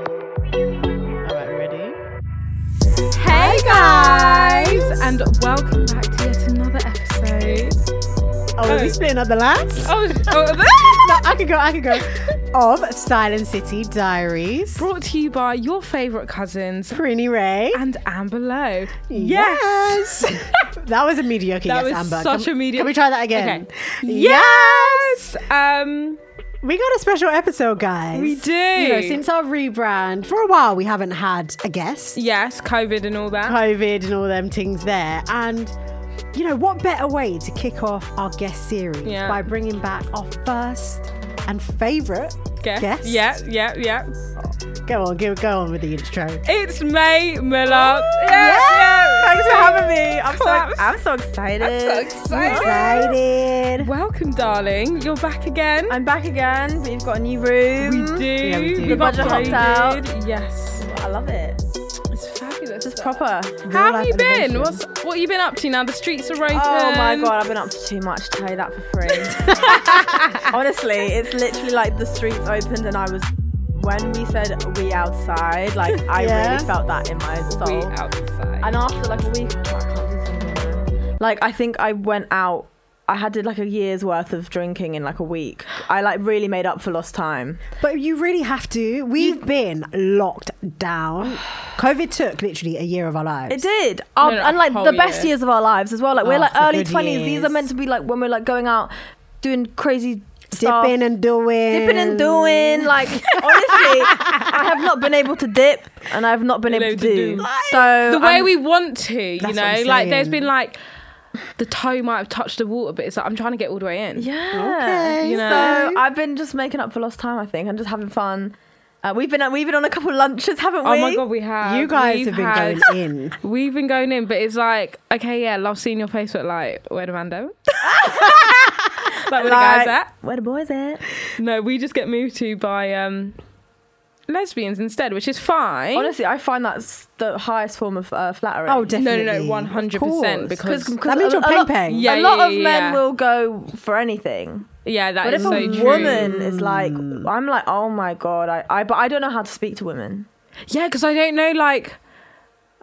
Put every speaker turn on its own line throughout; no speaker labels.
All right, ready?
Hey guys!
And welcome back to yet another episode.
Oh, are we splitting up the lads?
Oh,
No, I could go, I could go. of Silent City Diaries.
brought to you by your favourite cousins
Prinny Ray.
and Amber Lowe.
that was a mediocre yes,
That was
Amber.
such
can,
a mediocre-
Can we try that again?
Okay.
Yes!
Yes. Um,
We got a special episode, guys.
we do.
You know, since our rebrand, for a while we haven't had a guest.
yes, COVID and all that.
COVID and all them things there. And you know, what better way to kick off our guest series
Yeah.
by bringing back our first and favourite
Guess.
guest?
Yeah, yeah, yeah.
Go on, go, go on with the intro.
It's May Miller.
Thanks for having me. I'm so,
Claps.
I'm so excited.
I'm so excited.
Excited.
Welcome, darling. You're back again.
I'm back again. We've got a new room.
we do.
Yeah, we do.
We've
The
budget hopped
upgraded. Yes.
I love it.
It's fabulous.
Just
though.
proper.
How have
life
you been?
innovation.
What's what you been up to now? The streets are open.
Oh my god, I've been up to too much. Tell you that for free. Honestly, it's literally like the streets opened and I was. When we said we outside, like I
Yeah.
really felt that in my soul.
We outside.
And after like a week, I'm like, I can't do something now. Like I think I went out. I had did like a year's worth of drinking in like a week. I like really made up for lost time.
But you really have to. We've been locked down. COVID took literally a year of our lives.
It did. Um,
no, no,
and like
whole
the best
year.
years of our lives as well. Like we're
Oh,
like
the
early
good
twenties. These are
years.
meant to be like when we're like going out doing crazy stuff.
Dipping and doing.
Dipping and doing, like honestly, I have not been able to dip, and I've not been able to
able to
do.
do.
So
the way
I'm-
we want to, you
That's what
know,
I'm
like there's
saying.
been like the toe might have touched the water, but it's like I'm trying to get all the way in.
yeah,
Okay,
You know?
So I've been just making up for lost time, I think, and just having fun. Uh, we've been we've been on a couple lunches, haven't we?
Oh my god, we have.
You guys
We've
have been
had-
going in.
We've been going in, but it's like, okay, yeah, love seeing your Facebook like where the Mando. like where the guys
Like,
at?
Where the boys at?
No, we just get moved to by um lesbians instead, which is fine.
Honestly, I find that's the highest form of uh, flattery.
Oh,
no, no,
definitely.
no, one hundred percent.
Of course.
Because
That means
a-
you're
a lot-
peng-peng.
Yeah,
a lot
yeah,
of
yeah,
men
yeah.
will go for anything.
yeah, that
But
is
if a
so true.
woman is like, I'm like, oh my god, I, I, but I don't know how to speak to women.
Yeah, because I don't know, like,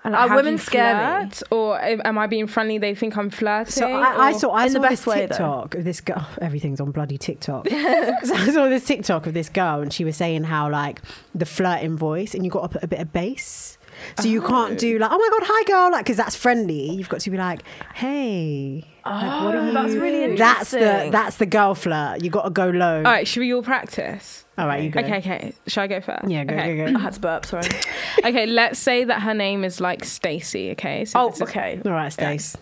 And
how
like,
do
women
you
scare me.
flirt? or am am I being friendly? They think I'm flirting.
So I, I
or-
saw I
in
saw
the best
this
way, though.
TikTok of this girl. Everything's on bloody TikTok. so I saw this TikTok of this girl, and she was saying how like the flirting voice, and you got to put a bit of bass, so you can't do like, oh my god, hi girl, like because that's friendly. You've got to be like, hey, like, what
Oh.
are
that's
you-
really
That's the
interesting.
that's the girl flirt. You got to go low.
All right, should we all practice?
All right, you go.
Okay, okay. Shall I go first?
Yeah, go,
okay.
go,
I
go.
had to burp, sorry.
okay, let's say that her name is like Stacy, okay? So
oh,
this is-
okay.
All right, Stace.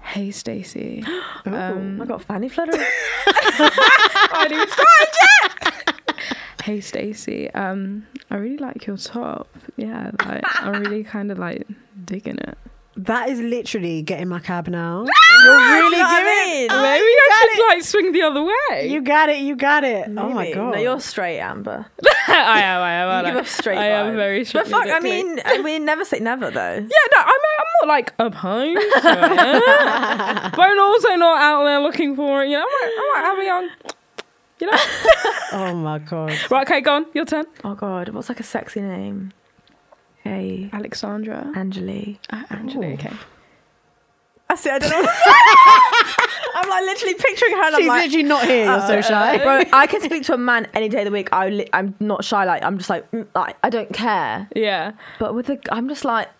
Hey, Stacy.
Um, I got fanny fluttering.
I didn't start yet. hey, Stacy. Um, I really like your top. Yeah, like, I'm really kind of like digging it.
That is literally getting my cab now. You're really Oh,
I
giving.
mean?
Maybe I should like swing the other way.
You got it. You got it. Oh my
Maybe.
god.
No, you're straight, Amber.
I am. I am.
You
aren't
give
I?
off straight
I am
vibes.
very straight.
But fuck, I mean, I mean, never say never, though.
Yeah, no, I'm, I'm not like opposed to it. but I'm also not out there looking for it. You know, I might, I might have a young, you know.
oh my god.
right, okay, go on, your turn.
Oh god, what's like a sexy name? Hey,
Alexandra.
Angeli.
Uh, Angela, okay.
I see. I don't know. What to say. I'm like literally picturing her. And
She's
I'm like, uh,
literally not here. You're so shy.
Bro, I can speak to a man any day of the week. I li- I'm not shy. Like I'm just like mm, I, I don't care.
Yeah.
But with the I'm just like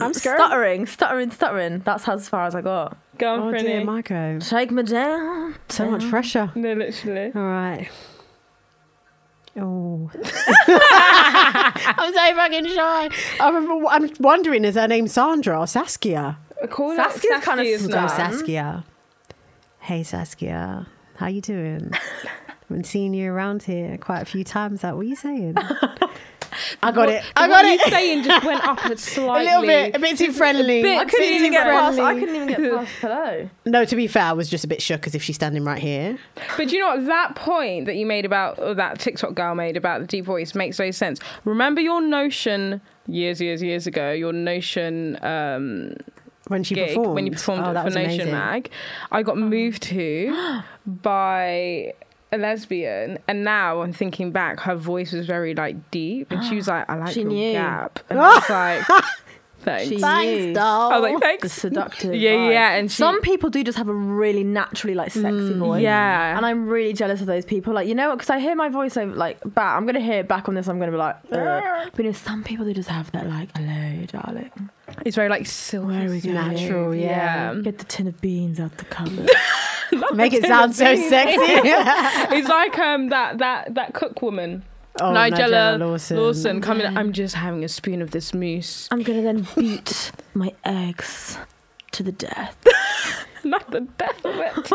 I'm
stuttering, stuttering, stuttering. That's as far as I got.
Go on,
Oh
Prinny.
dear, Marco.
Shake me down.
So much pressure.
No, literally.
All right. Oh. I'm so fucking shy. I remember. I'm wondering is her name Sandra or Saskia?
Call
Saskia's
it
kinda
Saskia's
snubbed.
now.
Um,
Go Saskia. Hey Saskia, how you doing? Been seeing you around here quite a few times. Like, what are you saying? I got it. I
what
got
you
it.
saying just went up a
A
slightly.
little bit, a bit too friendly.
bit
I couldn't
Being
even get past. I
friendly.
couldn't even get past hello.
No, to be fair, I was just a bit shook as if she's standing right here.
But you know what? That point that you made about, or that TikTok girl made about the deep voice makes no sense. Remember your notion years, years, years ago, your notion um,
When she
gig
performed
when you performed
Oh,
it
that
for
was
Notion
amazing. Oh.
Mag? I got moved to by a lesbian and now I'm thinking back her voice was very like deep and she was like I like
She
your
knew.
gap and I was like thanks
She
Thanks,
knew
doll.
I was like
Oh. The
thanks
seductive.
Yeah,
vibe.
yeah, and she-
some people do just have a really naturally like sexy voice.
yeah.
and I'm really jealous of those people. Like, you know what? Because I hear my voice over like back. I'm gonna hear back on this. I'm gonna be like, Ugh. but you know, some people they just have that like, hello, darling.
it's very like silver
Where are we going?
Natural, yeah.
Get the tin of beans out the cupboard.
Make it sound so sexy.
it's like um that that that cook woman
Oh,
Nigella,
Nigella Lawson.
Lawson. coming. I'm just having a spoon of this mousse.
I'm gonna then beat my eggs to the death.
Not the death of it.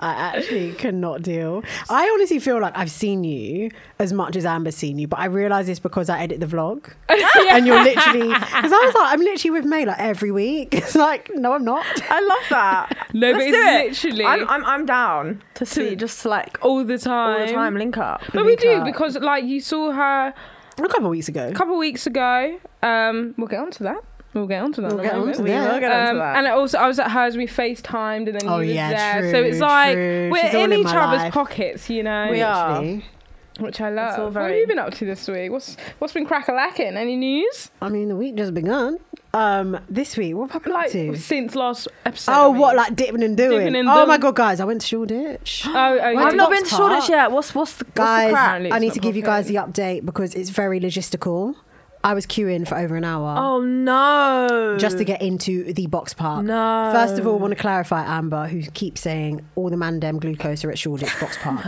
I actually cannot deal. I honestly feel like I've seen you as much as Amber's seen you, but I realize this because I edit the vlog. And you're literally, because I was like, I'm literally with May like every week. It's like, no, I'm not.
I love that.
No, but it's literally
I'm, I'm, I'm down to see just to, like all
all the time.
the time link up.
But we
Link
do
up.
because like you saw her
A couple of weeks ago.
a couple of weeks ago. Um, we'll get onto that. We'll get onto that.
We'll
in a
get
moment.
onto
we
that.
will get onto
Um,
that.
and also, I was at hers. We FaceTimed, and then
Oh,
you was
yeah,
there.
true,
so it's like
true.
we're
She's all
in,
in
each
my
other's
life.
pockets, you know.
We are.
Actually.
which I love. What
all
have
very-
you been up to this week? What's what's been crack a lacking? Any news?
I mean, the week just begun. Um, this week, what happened
Like
to?
since last episode.
Oh,
I mean.
what like dipping and doing?
Dipping and
oh
doing.
my god, guys! I went to Shoreditch.
Oh, oh,
I've
yeah.
not
Box
been to Shoreditch
Park.
yet. What's what's the, what's the
guys,
crack?
apparently
I
it's
need
not
to give you guys the update because it's very logistical. I was queuing for over an hour.
Oh no!
just to get into the box park.
Mm. No.
First of all, want to clarify Amber, who keeps saying all the Mandem glucose are at Shoreditch Box Park.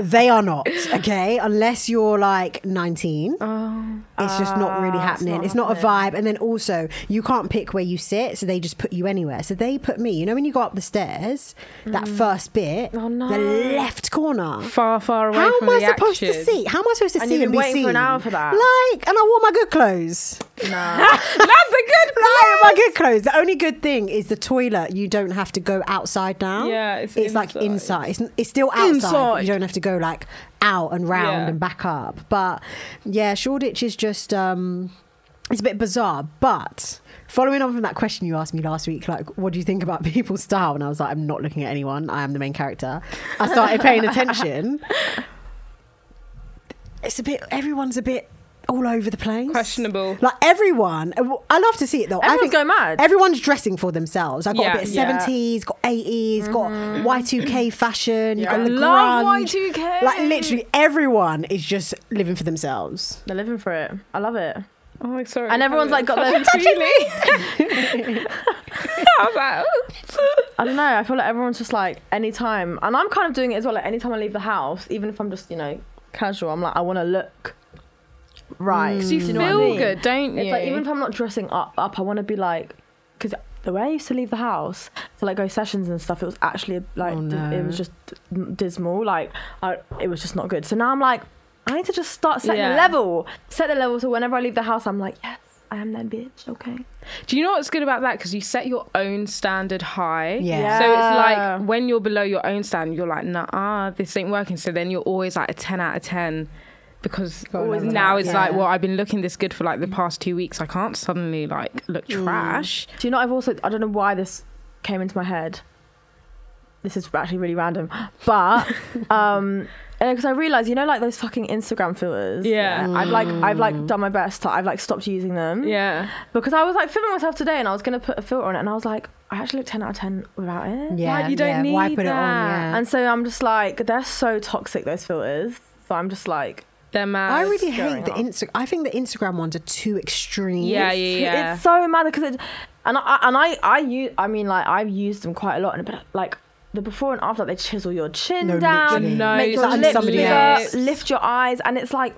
they are not, okay? Unless you're like 19.
Oh.
It's just not really
Ah,
happening. It's not, a vibe. And then also, you can't pick where you sit, so they just put you anywhere. So they put me, you know, when you go up the stairs,
Mm.
that first bit,
Oh,
the left corner.
far, far away
How
from
am I
the
supposed
action.
to see? How am I supposed to
And
see
you've
and
been
be
waiting for an
seen?
hour for that.
Like, and I wore my good clothes.
Not the good
Like, my good clothes. The only good thing is the toilet. You don't have to go outside now.
Yeah, it's
like
inside.
inside. It's, it's still outside.
Inside.
You don't have to go like out and round
Yeah.
and back up. But yeah, Shoreditch is just um, it's a bit bizarre. But following on from that question you asked me last week, like, what do you think about people's style? And I was like, I'm not looking at anyone. I am the main character. I started paying attention. It's a bit. Everyone's a bit. All over the place.
Questionable.
Like everyone, I love to see it though. I
Everyone's
think
go mad.
Everyone's dressing for themselves. I got
Yeah.
a bit of
Yeah. Mm-hmm.
seventies, got eighties, got Y two K fashion.
Yeah.
You got the
Love
grunge.
Y2K.
Like literally, everyone is just living for themselves.
They're living for it. I love it.
Oh, I'm sorry.
And everyone's like got their.
I was like, oh.
I don't know. I feel like everyone's just like anytime, and I'm kind of doing it as well. Like anytime I leave the house, even if I'm just you know casual, I'm like I want to look right.
you
Mm. Do
feel
know what I mean?
good, don't you?
It's like even if I'm not dressing up, up I want to be like because the way I used to leave the house to like go sessions and stuff, it was actually like
Oh,
dis- it was
no.
just d- dismal. Like I, it was just not good. So now I'm like, I need to just start setting
Yeah.
the level, set the level. So whenever I leave the house, I'm like, yes, I am that bitch. Okay.
Do you know what's good about that? Because you set your own standard high.
Yeah.
So it's
Yeah.
like when you're below your own standard, you're like, nah, ah, this ain't working. So then you're always like a 10 out of 10 because
Always
now
like,
it's
yeah.
like, well, I've been looking this good for like the past two weeks. I can't suddenly like look trash.
Do you know? I've also I don't know why this came into my head. This is actually really random, but um, because I realized you know like those fucking Instagram filters.
Yeah.
I've like I've like done my best. To, I've like stopped using them.
Yeah.
because I was like filming myself today and I was gonna put a filter on it and I was like, I actually look ten out of ten without it.
Yeah,
you don't
yeah.
need
Why put it
that.
on? Yeah.
And so I'm just like, they're so toxic those filters. So I'm just like,
They're mad.
I really
going
hate the
on.
Insta. I think the Instagram ones are too extreme.
Yeah, yeah, yeah.
it's so mad because it, and I and I I use I mean like I've used them quite a lot and but like. The before and after, like, they chisel your chin
No,
down,
literally.
No,
make
it's
your
like
lips
somebody
bigger,
else.
lift your eyes, and it's like,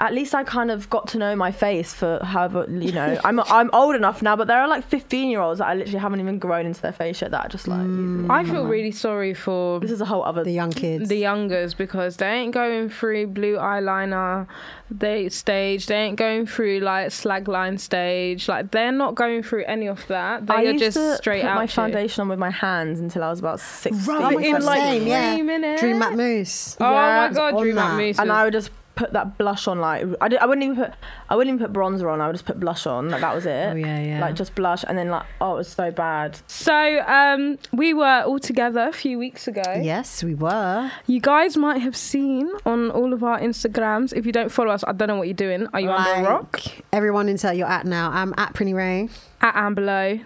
at least I kind of got to know my face for however you know I'm I'm old enough now, but there are like 15 year olds that I literally haven't even grown into their face yet that are just like using it.
I feel really sorry for
this is a whole other
The young kids.
the youngers because they ain't going through blue eyeliner they stage they ain't going through like slag line stage like they're not going through any of that they
I
are
used
just
to
straight
put
out
my
shit.
foundation on with my hands until I was about 16.
Right,
in
that's
like
same,
three
yeah.
minutes.
Dream Mac Moose.
oh
Yeah,
my god
on
dream
that.
that. Moose
and
was-
I would just put that blush on like I, did, I wouldn't even put I wouldn't even put bronzer on I would just put blush on like that was it
Oh, yeah, yeah.
like just blush and then like oh it was so bad
so um we were all together a few weeks ago
Yes, we were.
You guys might have seen on all of our Instagrams. If you don't follow us, I don't know what you're doing. Are you under a rock?
Like, Everyone insert you're at now. I'm at Prinny Ray.
At Amberlow.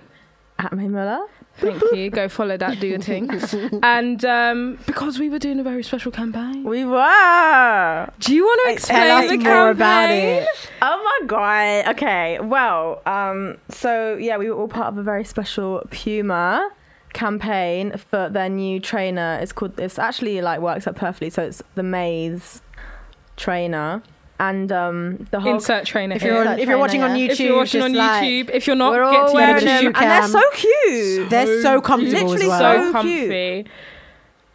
at May Muller
Thank you. Go follow that. Do your thing. and um, because we were doing a very special campaign.
we were
Do you want to explain
Tell us
the
more about
campaign?
it.
Oh my god. Okay. Well, um, so yeah, we were all part of a very special Puma campaign for their new trainer. It's called it's actually like works out perfectly, so it's the Maze trainer. And um the whole
Insert trainer
If
here.
you're on-
If you're watching on
Trainer,
YouTube,
if you're watching
just
on
like-
YouTube, if you're not,
we're
get
all
to
wearing
YouTube.
but
them
you
and they're
can.
so cute.
They're so comfortable
Literally
as well.
So
So
comfy.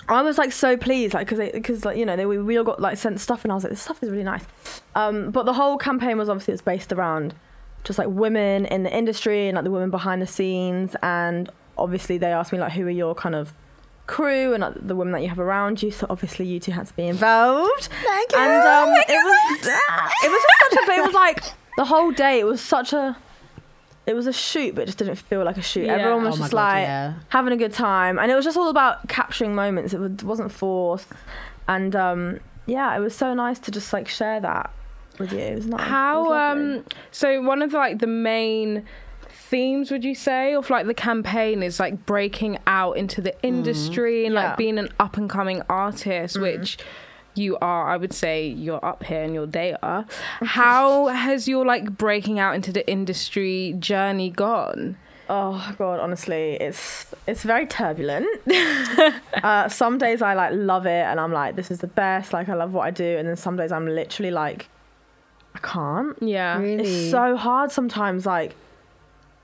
I was like so pleased, like because because like you know they, we we all got like sent stuff and I was like this stuff is really nice, um, but the whole campaign was obviously it's based around just like women in the industry and like the women behind the scenes and obviously they asked me like who are your kind of crew and like, the women that you have around you so obviously you two had to be involved.
Thank
And um, it was it was just such a but it was like the whole day it was such a it was a shoot but it just didn't feel like a shoot.
Yeah.
Everyone was
Oh my
just
God,
like
yeah.
having a good time and it was just all about capturing moments. It was- wasn't forced and um yeah, it was so nice to just like share that with you. It was nice. It was
How
lovely.
um so one of like the main themes would you say of like the campaign is like breaking out into the industry and
Mm-hmm. Yeah. Mm-hmm.
like being an up and coming artist which you are I would say you're up here and your day are how has your like breaking out into the industry journey gone
Oh god, honestly, it's it's very turbulent. uh, some days I like love it and I'm like this is the best, like I love what I do and then some days I'm literally like I can't.
yeah
Really?
It's so hard sometimes, like,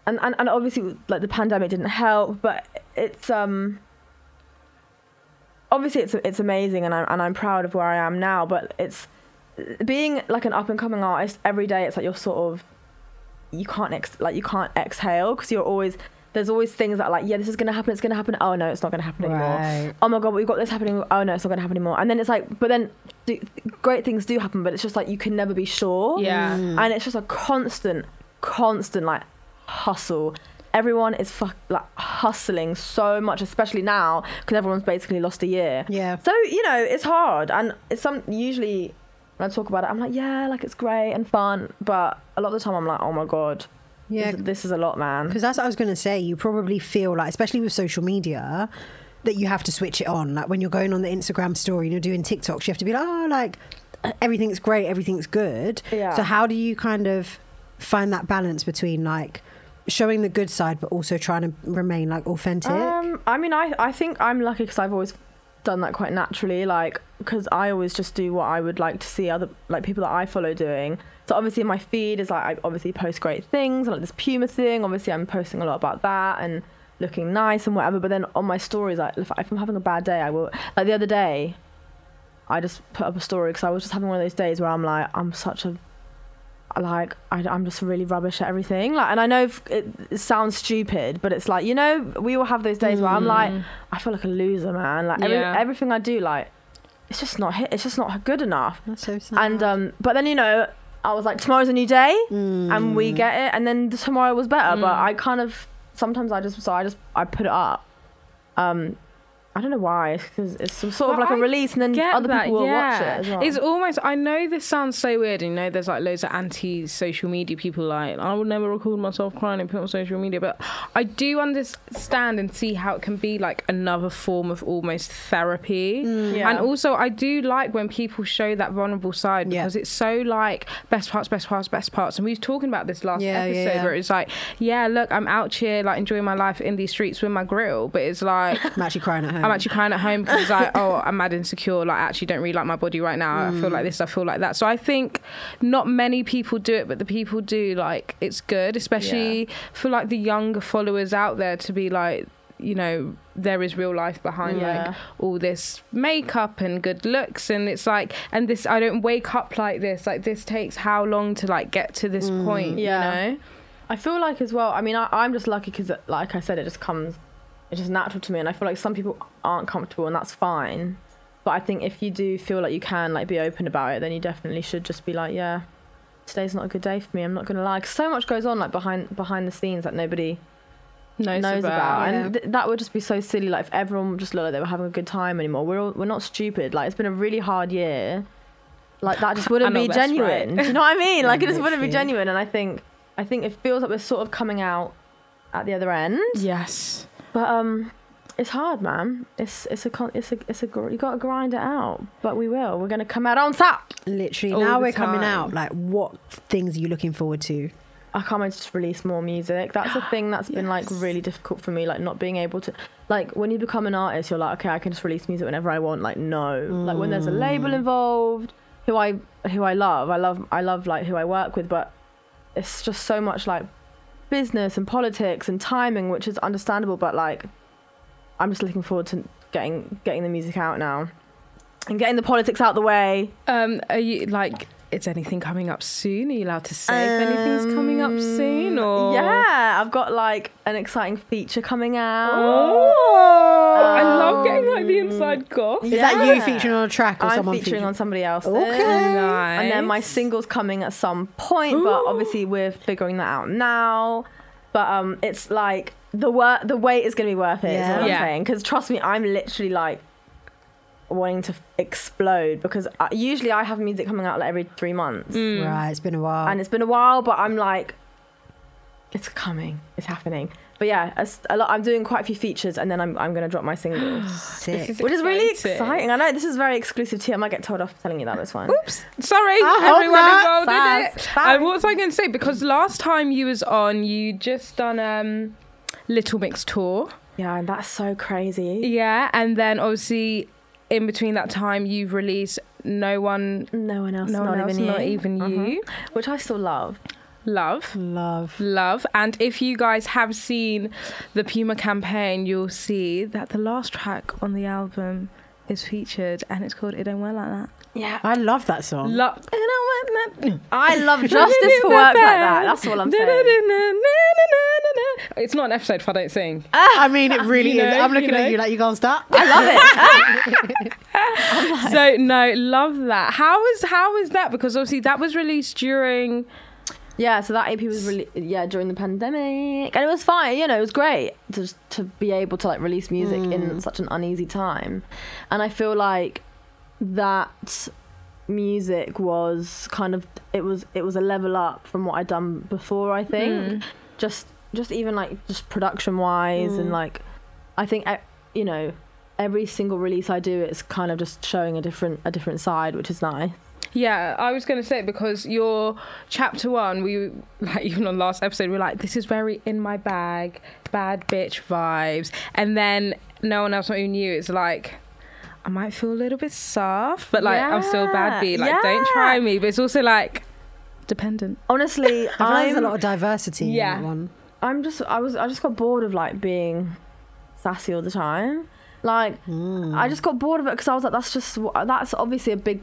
and, and and obviously, like the pandemic didn't help, but it's um. Obviously, it's it's amazing, and I'm and I'm proud of where I am now. But it's being like an up and coming artist every day. It's like you're sort of you can't ex- like you can't exhale because you're always there's always things that are like yeah this is gonna happen it's gonna happen oh no it's not gonna happen
Right.
anymore oh my god we've got this happening oh no it's not gonna happen anymore and then it's like but then do, great things do happen but it's just like you can never be sure
Yeah. Mm.
and it's just a constant constant like hustle everyone is fuck, like hustling so much especially now because everyone's basically lost a year
Yeah.
so you know it's hard and it's some usually when i talk about it i'm like yeah like it's great and fun but a lot of the time i'm like oh my god
Yeah.
this, this is a lot man
Because that's what I was going to say. You probably feel like, especially with social media, that you have to switch it on. Like when you're going on the Instagram story and you're doing TikToks, you have to be like, oh, like everything's great, everything's good.
Yeah.
So how do you kind of find that balance between like showing the good side but also trying to remain like authentic?
um i mean i i think i'm lucky because i've always done that quite naturally like because i always just do what i would like to see other like people that i follow doing so obviously my feed is like i obviously post great things like this puma thing obviously i'm posting a lot about that and looking nice and whatever but then on my stories like if, if i'm having a bad day i will like the other day I just put up a story because I was just having one of those days where I'm like, I'm such a like I, am just really rubbish at everything. Like, and I know f- it, it sounds stupid, but it's like you know we all have those days where I'm like, I feel like a loser, man. Like every,
Mm. Yeah.
everything I do, like it's just not hit. It's just not good enough.
that's so sad.
And um, but then you know, I was like, tomorrow's a new day, and
Mm.
we get it. And then the tomorrow was better, but I kind of sometimes I just so I just I put it up. Um, I don't know why because it's some sort of
Well,
like a
I
release, and then
get
other
that,
people will watch
yeah.
it as well.
It's almost. I know this sounds so weird. You know, there's like loads of anti-social media people. Like, I would never record myself crying and put it on social media. But I do understand and see how it can be like another form of almost therapy.
Yeah.
And also, I do like when people show that vulnerable side
Yeah.
because it's so like best parts, best parts, best parts. And we were talking about this last
Yeah, yeah,
episode
yeah.
where it's like, yeah, look, I'm out here like enjoying my life in these streets with my grill, but it's like.
I'm actually crying at home. Yeah.
I'm actually crying at home because like, oh, I'm mad insecure. Like, I actually don't really like my body right now. I feel like this. I feel like that. So I think not many people do it, but the people do. Like, it's good, especially for like the younger followers out there to be like, you know, there is real life behind
Yeah.
like all this makeup and good looks, and it's like, and this I don't wake up like this. Like, this takes how long to like get to this point?
Mm. Yeah.
You know.
I feel like as well. I mean, I, I'm just lucky because, like I said, it just comes, it's just natural to me, and I feel like some people aren't comfortable, and that's fine. But I think if you do feel like you can, like, be open about it, then you definitely should just be like, yeah, today's not a good day for me. I'm not gonna lie. 'Cause so much goes on, like behind behind the scenes that nobody
Knows,
knows
Yeah.
about, and th- that would just be so silly. Like if everyone just looked like they were having a good time anymore. We're all, we're not stupid. Like it's been a really hard year. Like that just wouldn't
I know
be
that's right.
genuine. Do you know what I mean? Like it just wouldn't be
literally.
genuine. And I think I think it feels like we're sort of coming out at the other end.
Yes.
But um, it's hard, man. It's it's a con- it's a it's a gr- you got to grind it out. But we will. We're gonna come out on top.
Literally,
All
now
the
we're coming
time.
out. Like, what things are you looking forward to?
I can't wait to just release more music. That's a thing that's been like really difficult for me, like not being able to like when you become an artist, you're like, okay, I can just release music whenever I want. Like no. Like when there's a label involved, who I who I love. I love I love like who I work with, but it's just so much like business and politics and timing, which is understandable, but like I'm just looking forward to getting getting the music out now. And getting the politics out the way.
Um, are you like? Is anything coming up soon? Are you allowed to say if anything's coming up soon? Or
Um, Yeah, I've got like an exciting feature coming out.
Oh, I love
Um,
getting like the inside goss.
Is that you
Yeah.
featuring on a track or
I'm
someone
featuring on somebody else. Um,
Okay.
Nice.
And then my single's coming at some point, but obviously we're figuring that out now. But um, it's like the wor- the wait is gonna be worth it. is
Yeah.
what I'm
Yeah.
saying. Because trust me, I'm literally like wanting to f- explode because I, usually I have music coming out like every three months,
Mm.
Right, it's been a while.
and it's been a while. But I'm like, it's coming, it's happening. But yeah, as- a lot, I'm doing quite a few features, and then I'm I'm gonna drop my single.
sick.
is-
Which is really
Exciting.
exciting. I know this is very exclusive tea. I might get told off for telling you that, but it's fine.
Oops, sorry,
I hope
everyone
not.
involved in it.
Sass.
And what was I going to say? Because last time you was on, you just done um, Little Mix tour.
Yeah, and that's so crazy.
Yeah, and then obviously in between that time, you've released No One,
No one else,
No
not,
One Else,
even
Not
you. Uh-huh.
Even You,
Which I still love.
Love.
Love.
love. And if you guys have seen the Puma campaign, you'll see that the last track on the album is featured and it's called It Don't Wear Like That.
Yeah.
I love that song.
Love. It don't wear like that.
I love justice for work like that. That's all I'm saying.
It's not an episode if I don't sing.
I mean, it really
You
is.
know,
I'm looking
you know.
at you like you can't stop.
I love it.
So no, love that. How is how is that? Because obviously that was released during
yeah, so that AP was really yeah, during the pandemic. And it was fine, you know, it was great to just- to be able to like release music in
Mm.
such an uneasy time. And I feel like that music was kind of it was it was a level up from what I'd done before, I think.
Mm.
Mm.
Just just even like just production wise and
Mm.
like I think e- you know every single release I do it's kind of just showing a different a different side, which is nice.
Yeah, I was going to say it because your chapter one, we like even on last episode, we were like, this is very in my bag, bad bitch vibes, and then no one else not even you. It's like. I might feel a little bit soft, but like I'm still bad
Yeah,
B. Like,
yeah.
don't try me. But it's also like dependent.
I feel
Honestly,
like
I'm
there's a lot of diversity
Yeah.
in that one.
I'm just I was I just got bored of like being sassy all the time. Like
Hmm.
I just got bored of it because I was like that's just wh- that's obviously a big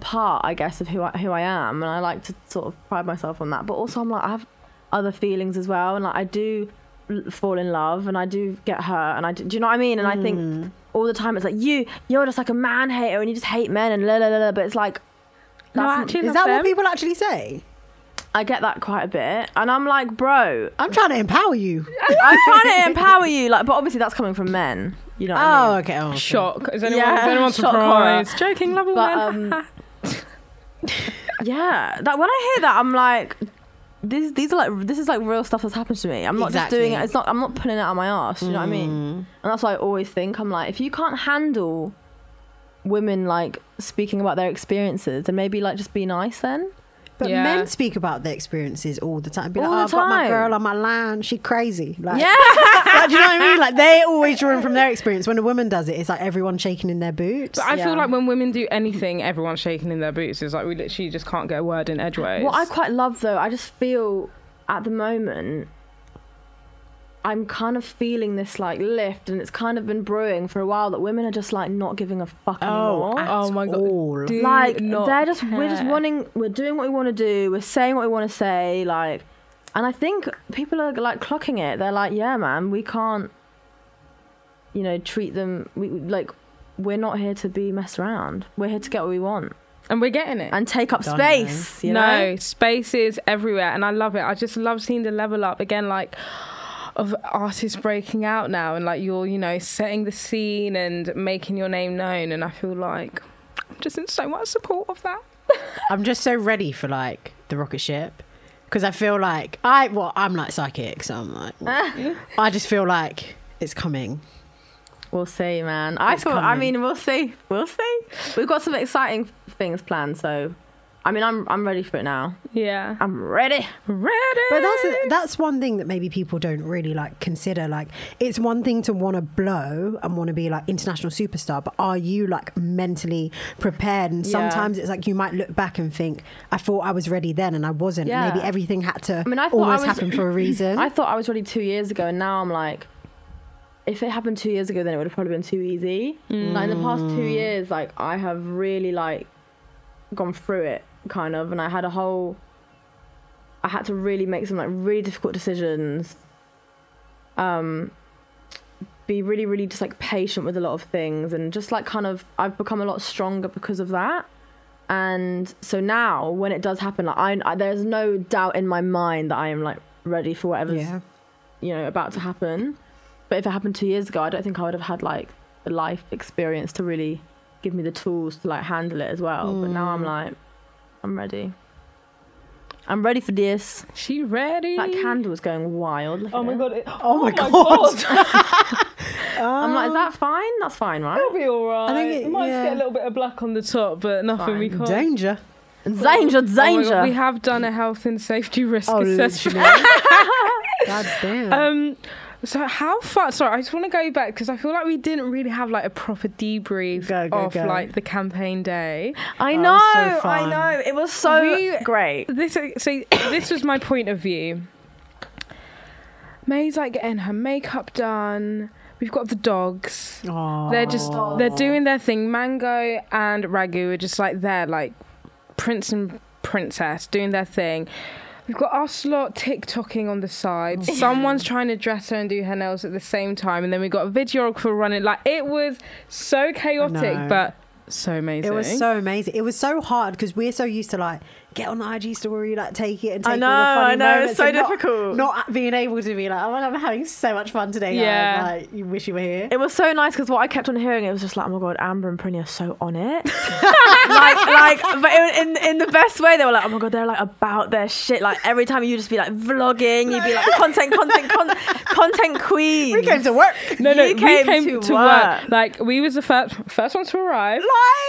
part I guess of who I, who I am and I like to sort of pride myself on that. But also I'm like I have other feelings as well and like I do l- fall in love and I do get hurt and I do, do you know what I mean? And I think all the time it's like you you're just like a man hater and you just hate men and la la la la but it's like
No,
that's-
I actually
Is
love
that
them.
what people actually say?
I get that quite a bit and I'm like bro
I'm trying to empower you.
I'm trying to empower you, like, but obviously that's coming from men. You know. What I
Oh,
mean?
okay. Oh, okay.
Shock. Is anyone,
Yeah,
is anyone
shock
surprised? Joking, love all
But,
men.
um, Yeah. That when I hear that, I'm like, these these are like this is like real stuff that's happened to me. I'm not just doing it.
Exactly. Mm.
It's not. I'm not pulling it out of my ass. You know what I mean? And that's why I always think I'm like, if you can't handle women like speaking about their experiences, then maybe like just be nice then.
But
Yeah.
men speak about their experiences all the time. Be like,
All
oh,
the
I've got my
time.
girl on my line. She crazy. Like, yeah. do you know what I mean? Like they always drawing from their experience. When a woman does it, it's like everyone shaking in their boots.
But I oh
Yeah.
feel like when women do anything, everyone's shaking in their boots. It's like we literally just can't get a word in edgeways.
What I quite love though, I just feel at the moment I'm kind of feeling this like lift and it's kind of been brewing for a while that women are just like not giving a fuck anymore.
at
Oh my God.
all.
Do
like
not
they're just we're just
care.
wanting we're doing what we want to do, we're saying what we want to say, like and I think people are like clocking it. They're like, yeah, man, we can't you know, treat them we like we're not here to be messed around. We're here to get what we want
and we're getting it.
and take up
Don't
space, you know?
no spaces everywhere and i love it i just love seeing the level up again like of artists breaking out now and like you're you know setting the scene and making your name known and i feel like i'm just in so much support of that
I'm just so ready for like the rocket ship because I feel like I well I'm like psychic, so I'm like I just feel like it's coming.
We'll see, man. I
It's
thought. I
coming.
mean, we'll see. We'll see. We've got some exciting things planned, so. I mean, I'm I'm ready for it now.
yeah
I'm ready.
ready
But that's that's one thing that maybe people don't really like consider. Like, it's one thing to want to blow and want to be like international superstar, but are you like mentally prepared? And
Yeah.
sometimes it's like you might look back and think, I thought I was ready then, and I wasn't.
Yeah.
Maybe everything had to
I mean, I thought I
always
was-
happen for a reason.
I thought I was ready two years ago, and now I'm like, if it happened two years ago, then it would have probably been too easy. Like in the past
Mm.
two years, like I have really like gone through it, kind of, and I had a whole. I had to really make some like really difficult decisions. Um, be really, really just like patient with a lot of things, and just like kind of, I've become a lot stronger because of that. And so now, when it does happen, like I, I there's no doubt in my mind that I am like ready for whatever's
yeah.
you know about to happen but if it happened two years ago i don't think i would have had like the life experience to really give me the tools to like handle it as well but now
Mm.
i'm like i'm ready i'm ready for this
she ready
that candle is going wild look
oh
at
my
it.
god it-
Oh my God.
i'm like is that fine that's fine right
it'll be all
I
right i
think
think
it-
it might
yeah.
just get a little bit of black on the top but nothing we can't
Danger.
danger
Oh my God,
danger
we have done a health and safety risk
Oh,
assessment
literally. God damn.
Oh,
Um, so how far? Sorry, I just want to go back because I feel like we didn't really have like a proper debrief
Go, go,
of
go.
like the campaign day.
i
Oh,
know
so fun.
i know it was so
We-
great
This uh, so this was my point of view. May's like getting her makeup done. We've got the dogs.
Aw.
They're just they're doing their thing. Mango and Ragu are just like there, like prince and princess doing their thing. We've got us lot TikToking on the side. Someone's trying to dress her and do her nails at the same time, and then we got a videographer running. Like it was so
know.
chaotic, but so amazing.
It was so amazing. It was so hard because we're so used to like get on the IG story, like take it and take
I
all the
know,
funny
I know,
moments
it's so
and not-
difficult.
Not, being able to be like, oh, my God, I'm having so much fun today. guys."
Yeah.
like you wish you were here.
it was so nice because what I kept on hearing it was just like, oh my god, Amber and Prinny are so on it, like, like, but in, in in the best way. They were like, oh my god, they're like about their shit. Like every time you just be like vlogging, you'd be like content, content, con- content queen.
We came to work.
no, no,
You
we
came
came
to
to, work.
work.
Like we was the first first ones to arrive.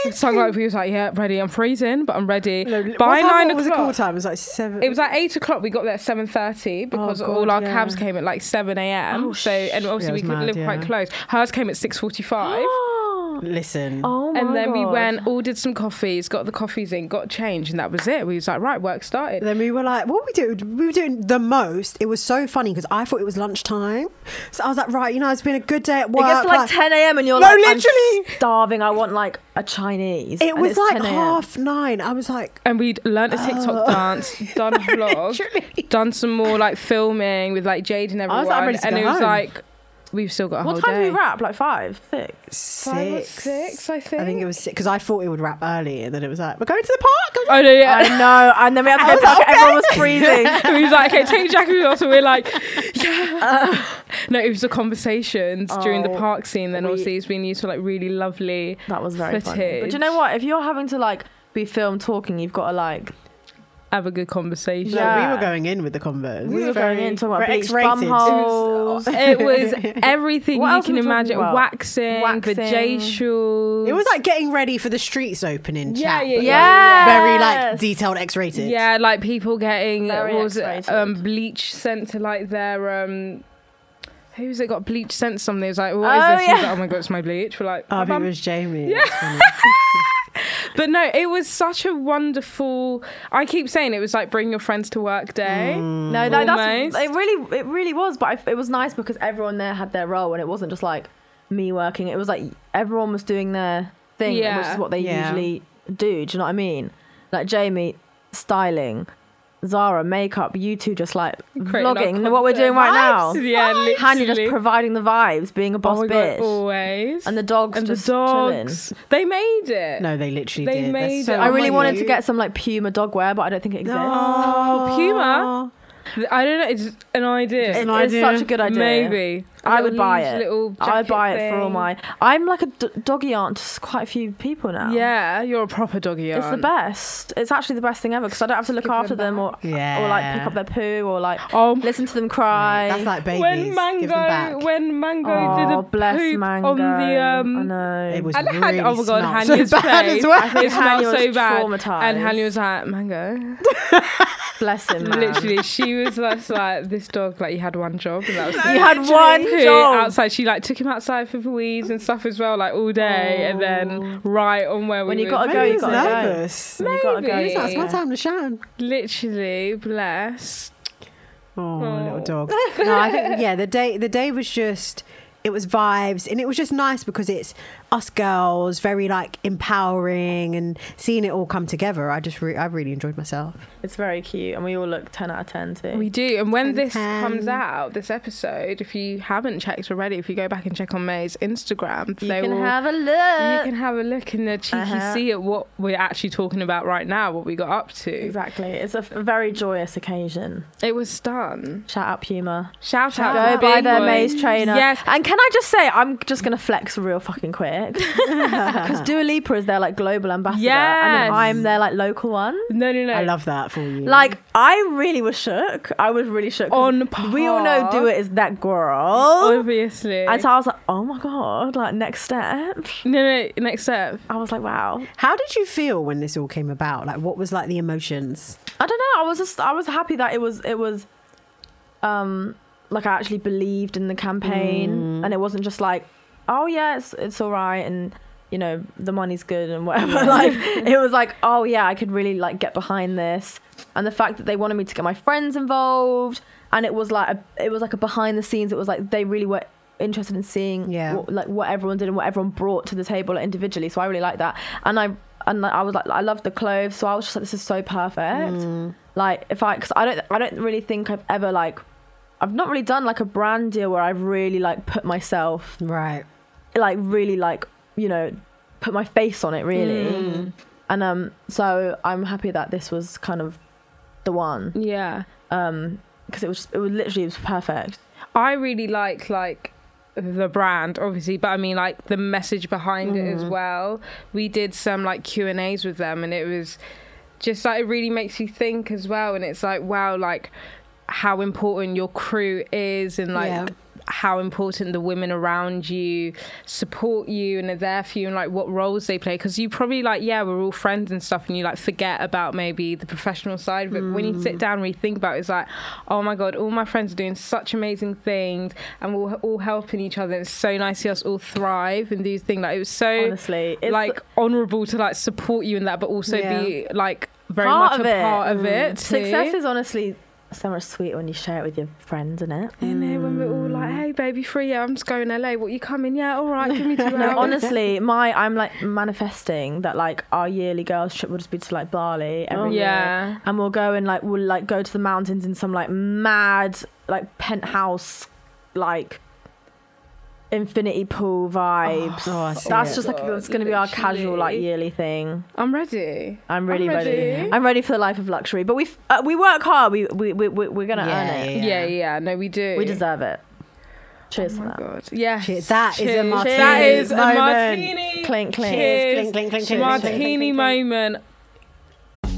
Live.
So like we was like, yeah, ready. I'm freezing, but I'm ready.
No,
By
what time-
nine
what was the
o'clock,
call time? It was like seven.
It was like eight o'clock. We got there at seven thirty because
Oh, God,
all our
yeah.
cabs came at like seven a.m.
Oh,
so and
Yeah, it
obviously
was
we could
mad,
live quite
yeah.
close. Hers came at six forty-five.
oh
Listen.
my
And then we
God.
went, ordered some coffees, got the coffees in, got changed, and that was it. We was like, right, work started.
Then we were like, what we do? We were doing the most. It was so funny because I thought it was lunchtime. So I was like, right, you know, it's been a good day at
It
work.
gets to like 10 a.m. and you're
No,
like, I'm
literally.
starving. I want like a Chinese.
It
and
was
it's
like
10 a.m..
half nine. I was like,
And we'd learnt a TikTok
Oh.
dance, done a vlog, done some more like filming with like Jade and
was
everyone.
like, I'm ready to
and
go
it was
home.
like, we've still got a whole
What time
day.
did we wrap? Like five, six.
Five or
six.
six, I think.
I think it was six because I thought it would wrap early, and then it was like, we're going to the park.
Oh no, yeah.
I know. And then we had to go. Like, Everyone was freezing.
he was like, okay, take Jackie off. And we're like, yeah. no, it was the conversations during the
Oh,
park scene. Then
we-
obviously it's been used for like really lovely.
That was very funny. But do
footage.
you know what? If you're having to like be filmed talking, you've got to like
Have a good conversation.
No,
Yeah.
we were going in with the Converse.
we were going in talking about beach
X-rated.
bum holes. was?
It was uh, everything
What
you
else
can
were we talking
imagine.
about?
Waxing,
Waxing.
the J shoes.
It was like getting ready for the streets opening.
Yeah,
chat,
yeah,
but, like,
yeah.
Very like
Yes.
detailed, X-rated.
yeah, like people getting
Very
what was it,
X-rated.
um, bleach sent to like their um, who's it got bleach sent to something? It was like, what is
Oh,
this? He was
yeah.
like, oh my god, it's my bleach. We're like,
Oh, I think
"Mum."
it was Jamie.
but no, it was such a wonderful. I keep saying it was like bring your friends to work day.
No, no, that's
Almost.
it. Really, it really was, but I, it was nice because everyone there had their role, and it wasn't just like me working. It was like everyone was doing their thing, which
Yeah.
is what they
Yeah.
usually do. Do you know what I mean? Like Jamie styling, Zara makeup, you two just like
Creating our
vlogging what we're doing
content.
right now.
Vibes. Yeah, literally.
Hannah just providing the vibes, being a
Oh
boss
my God,
bitch,
always.
and the dogs
and the
just
dogs. They made it.
No, they literally
They
did. They're
made
so
it.
chilling. I really
funny.
wanted to get some like Puma dog wear, but I don't think it exists.
Oh,
Puma? I don't know. It's an idea.
an
It's
idea.
such a good idea.
Maybe
I
A
would
little
buy
leash,
it.
Little
I would
jacket
buy it for all
thing.
my. I'm like a d- doggy aunt to quite a few people now.
Yeah, you're a proper doggy.
It's the
aunt.
best. It's actually the best thing ever because I don't have to look
Give them
after them or
Yeah.
or like pick up their poo or like
Oh, my-
listen to them cry.
That's like babies.
when
Give them back.
Mango, when Mango did
oh,
a
bless
poop
Mango.
on the
I
um.
know.
it was
And
really
Han- oh my god,
smart.
Hanya's
so bad
face.
as well.
I think
It smelled
Hanya
so
was
bad.
traumatised.
And Hanya was like, Mango.
bless him. man.
Literally, she was just like, this dog, like, you had one job. And that was
you had one
Poo
job.
outside. She like took him outside for weeds and stuff as well, like all day, and then right on where
Oh. When
we
you
were-
gotta go,
Maybe
you
he's
gotta go.
nervous.
You gotta go.
Maybe.
you
That's
gotta
my
go.
time to shine.
Literally blessed.
Oh, little dog. No, I think yeah, the day the day was just it was vibes and it was just nice because it's us girls, very like empowering and seeing it all come together. I just re- I really enjoyed myself.
It's very cute, and we all look ten out of ten too.
We do, and when this
Ten.
comes out, this episode, if you haven't checked already, if you go back and check on May's Instagram,
you
they
can
will.
have a
you
look.
can have a look and a cheeky
Uh-huh.
see at what we're actually talking about right now, what we got up to.
Exactly. It's a f- a very joyous occasion.
It was stun.
Shout out Puma.
Shout out
Go
to
buy
Big
their
Boy.
maze trainer.
Yes,
And can I just say, I'm just going to flex real fucking quick. Because Dua Lipa is their like global ambassador.
Yes.
And then I'm their like local one.
no, no, no.
I love that for you.
Like, I really was shook. I was really shook. 'cause
On
We all know
par.
Dua is that girl.
obviously.
And so I was like, oh my God, like next step.
no, no, no, next step.
I was like, wow.
how did you feel when this all came about? Like what was like the emotions?
I don't know. I was just I was happy that it was it was um like I actually believed in the campaign and it wasn't just like oh yeah it's it's all right and you know the money's good and whatever like it was like oh yeah I could really like get behind this and the fact that they wanted me to get my friends involved and it was like a, it was like a behind the scenes it was like they really were interested in seeing
Yeah.
what, like what everyone did and what everyone brought to the table like, individually so I really like that and I and I was like I love the clothes so I was just like this is so perfect
Mm.
like if I because I don't I don't really think I've ever like I've not really done like a brand deal where I've really like put myself
Right.
like really like you know put my face on it really
Mm.
and um so I'm happy that this was kind of the one
Yeah.
um because it was just, it was literally it was perfect
I really like like the brand obviously but i mean like the message behind it
Mm.
as well we did some like q and a's with them and it was just like it really makes you think as well and it's like wow like how important your crew is and like
Yeah.
how important the women around you support you and are there for you and like what roles they play because you probably like yeah we're all friends and stuff and you like forget about maybe the professional side of it but when you sit down and really think about it, it's like oh my god all my friends are doing such amazing things and we're all helping each other it's so nice to see us all thrive and do things like it was so
Honestly, it's-
like honorable to like support you in that but also
Yeah.
be like very
Part
much
of
a
it. Mm.
part of it too.
success is honestly so much sweeter when you share it with your friends isn't it
And then when we're all like, hey, baby, free, yeah, I'm just going LA. What, you coming? Yeah, all right, give me two hours.
No, honestly, my I'm like manifesting that like our yearly girls trip will just be to like Bali every year.
yeah.
and we'll go and like we'll like go to the mountains in some like mad like penthouse like infinity pool vibes.
Oh, I see
That's
it.
just like
God,
it's gonna be our casual like
literally.
yearly thing.
I'm ready.
I'm really
I'm
ready.
ready.
I'm ready for the life of luxury, but we f- uh, we work hard. We we we we- we're gonna
Yeah,
earn it.
Yeah, yeah, no, we do.
We deserve it. Cheers
Oh
for
my
that.
God. Yes.
Cheers. That is a
Cheers.
martini
That is
moment.
a martini.
Clink, clink.
Cheers.
Clink, clink, clink, clink, clink,
Martini
clink, clink, clink.
moment.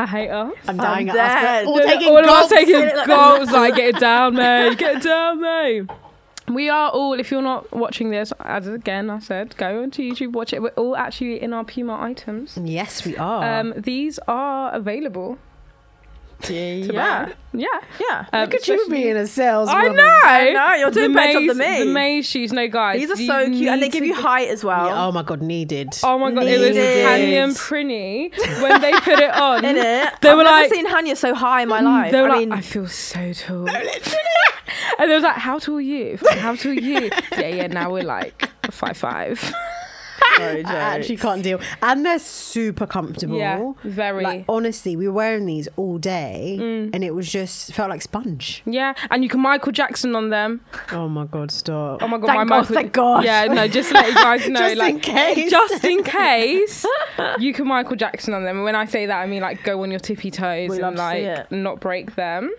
I hate us.
I'm dying
I'm
at us.
dead.
We're All
They're
taking
all of us
gulps.
taking goals. Like, get it down, mate. Get it down, mate. We are all, if you're not watching this, as again I said, go onto YouTube, watch it. We're all actually in our Puma items.
Yes, we are.
Um, these are available.
Yeah.
Yeah.
Yeah.
Um,
Look at you
especially-
being a saleswoman.
I know. I
know, you're doing better than me.
The May shoes, no guys.
These are
you
so cute, and they
need
give
to um,
you
get-
height as well.
Yeah, oh my god, needed.
Oh my god, it was
Needed.
Tanya and Prinny when they put it on.
In it,
They
I've
were
never
like,
seen Hanya so high in my life.
They were
I
like,
mean,
I feel so tall. and they was like, how tall are you? How tall are you? yeah, yeah, now we're like five five.
sorry,
I actually can't deal. And they're super comfortable.
Yeah, very. Mm.
Like, honestly, we were wearing these all day, and it was just felt like sponge.
Yeah, and you can Michael Jackson on them.
Oh my god, stop!
Oh my god,
Thank
my
god,
Michael.
Thank God.
Yeah, no, just to let you guys know,
Just in
like,
case.
just in case, you can Michael Jackson on them. And when I say that, I mean like go on your tippy toes
We
and
love to see
like
it.
not break them.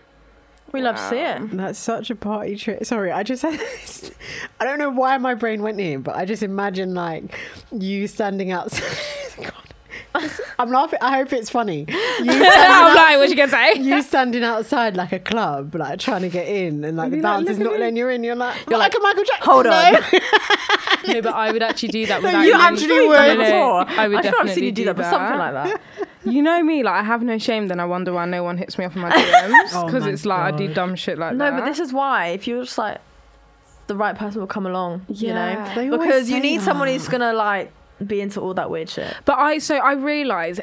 we love to see it.
That's such a party trick. Sorry, I just had this. I don't know why my brain went here, but I just imagine like you standing outside. God. I'm laughing. I hope it's funny. You
I'm
standing, out-
like, what you gonna say?
you standing outside like a club, like trying to get in, and like the
Be like,
bouncer's
"Look at
not
me."
letting you in. You're like, you're like a Michael Jackson.
Hold on.
though."
No, but I would actually do that without
you
even-
actually
No,
would.
no, no, I
Before.
would
feel like
definitely
I've seen you do that, but something like that.
You know me, like I have no shame. Then I wonder why no one hits me up in my DMs
Oh
because
my
it's like I do
God.
dumb shit like
No,
that.
but this is why. If you're just like, the right person will come along,
Yeah.
They
you know?
always
Because
say
you need someone
that.
who's going to like be into all that weird shit.
But I so I realise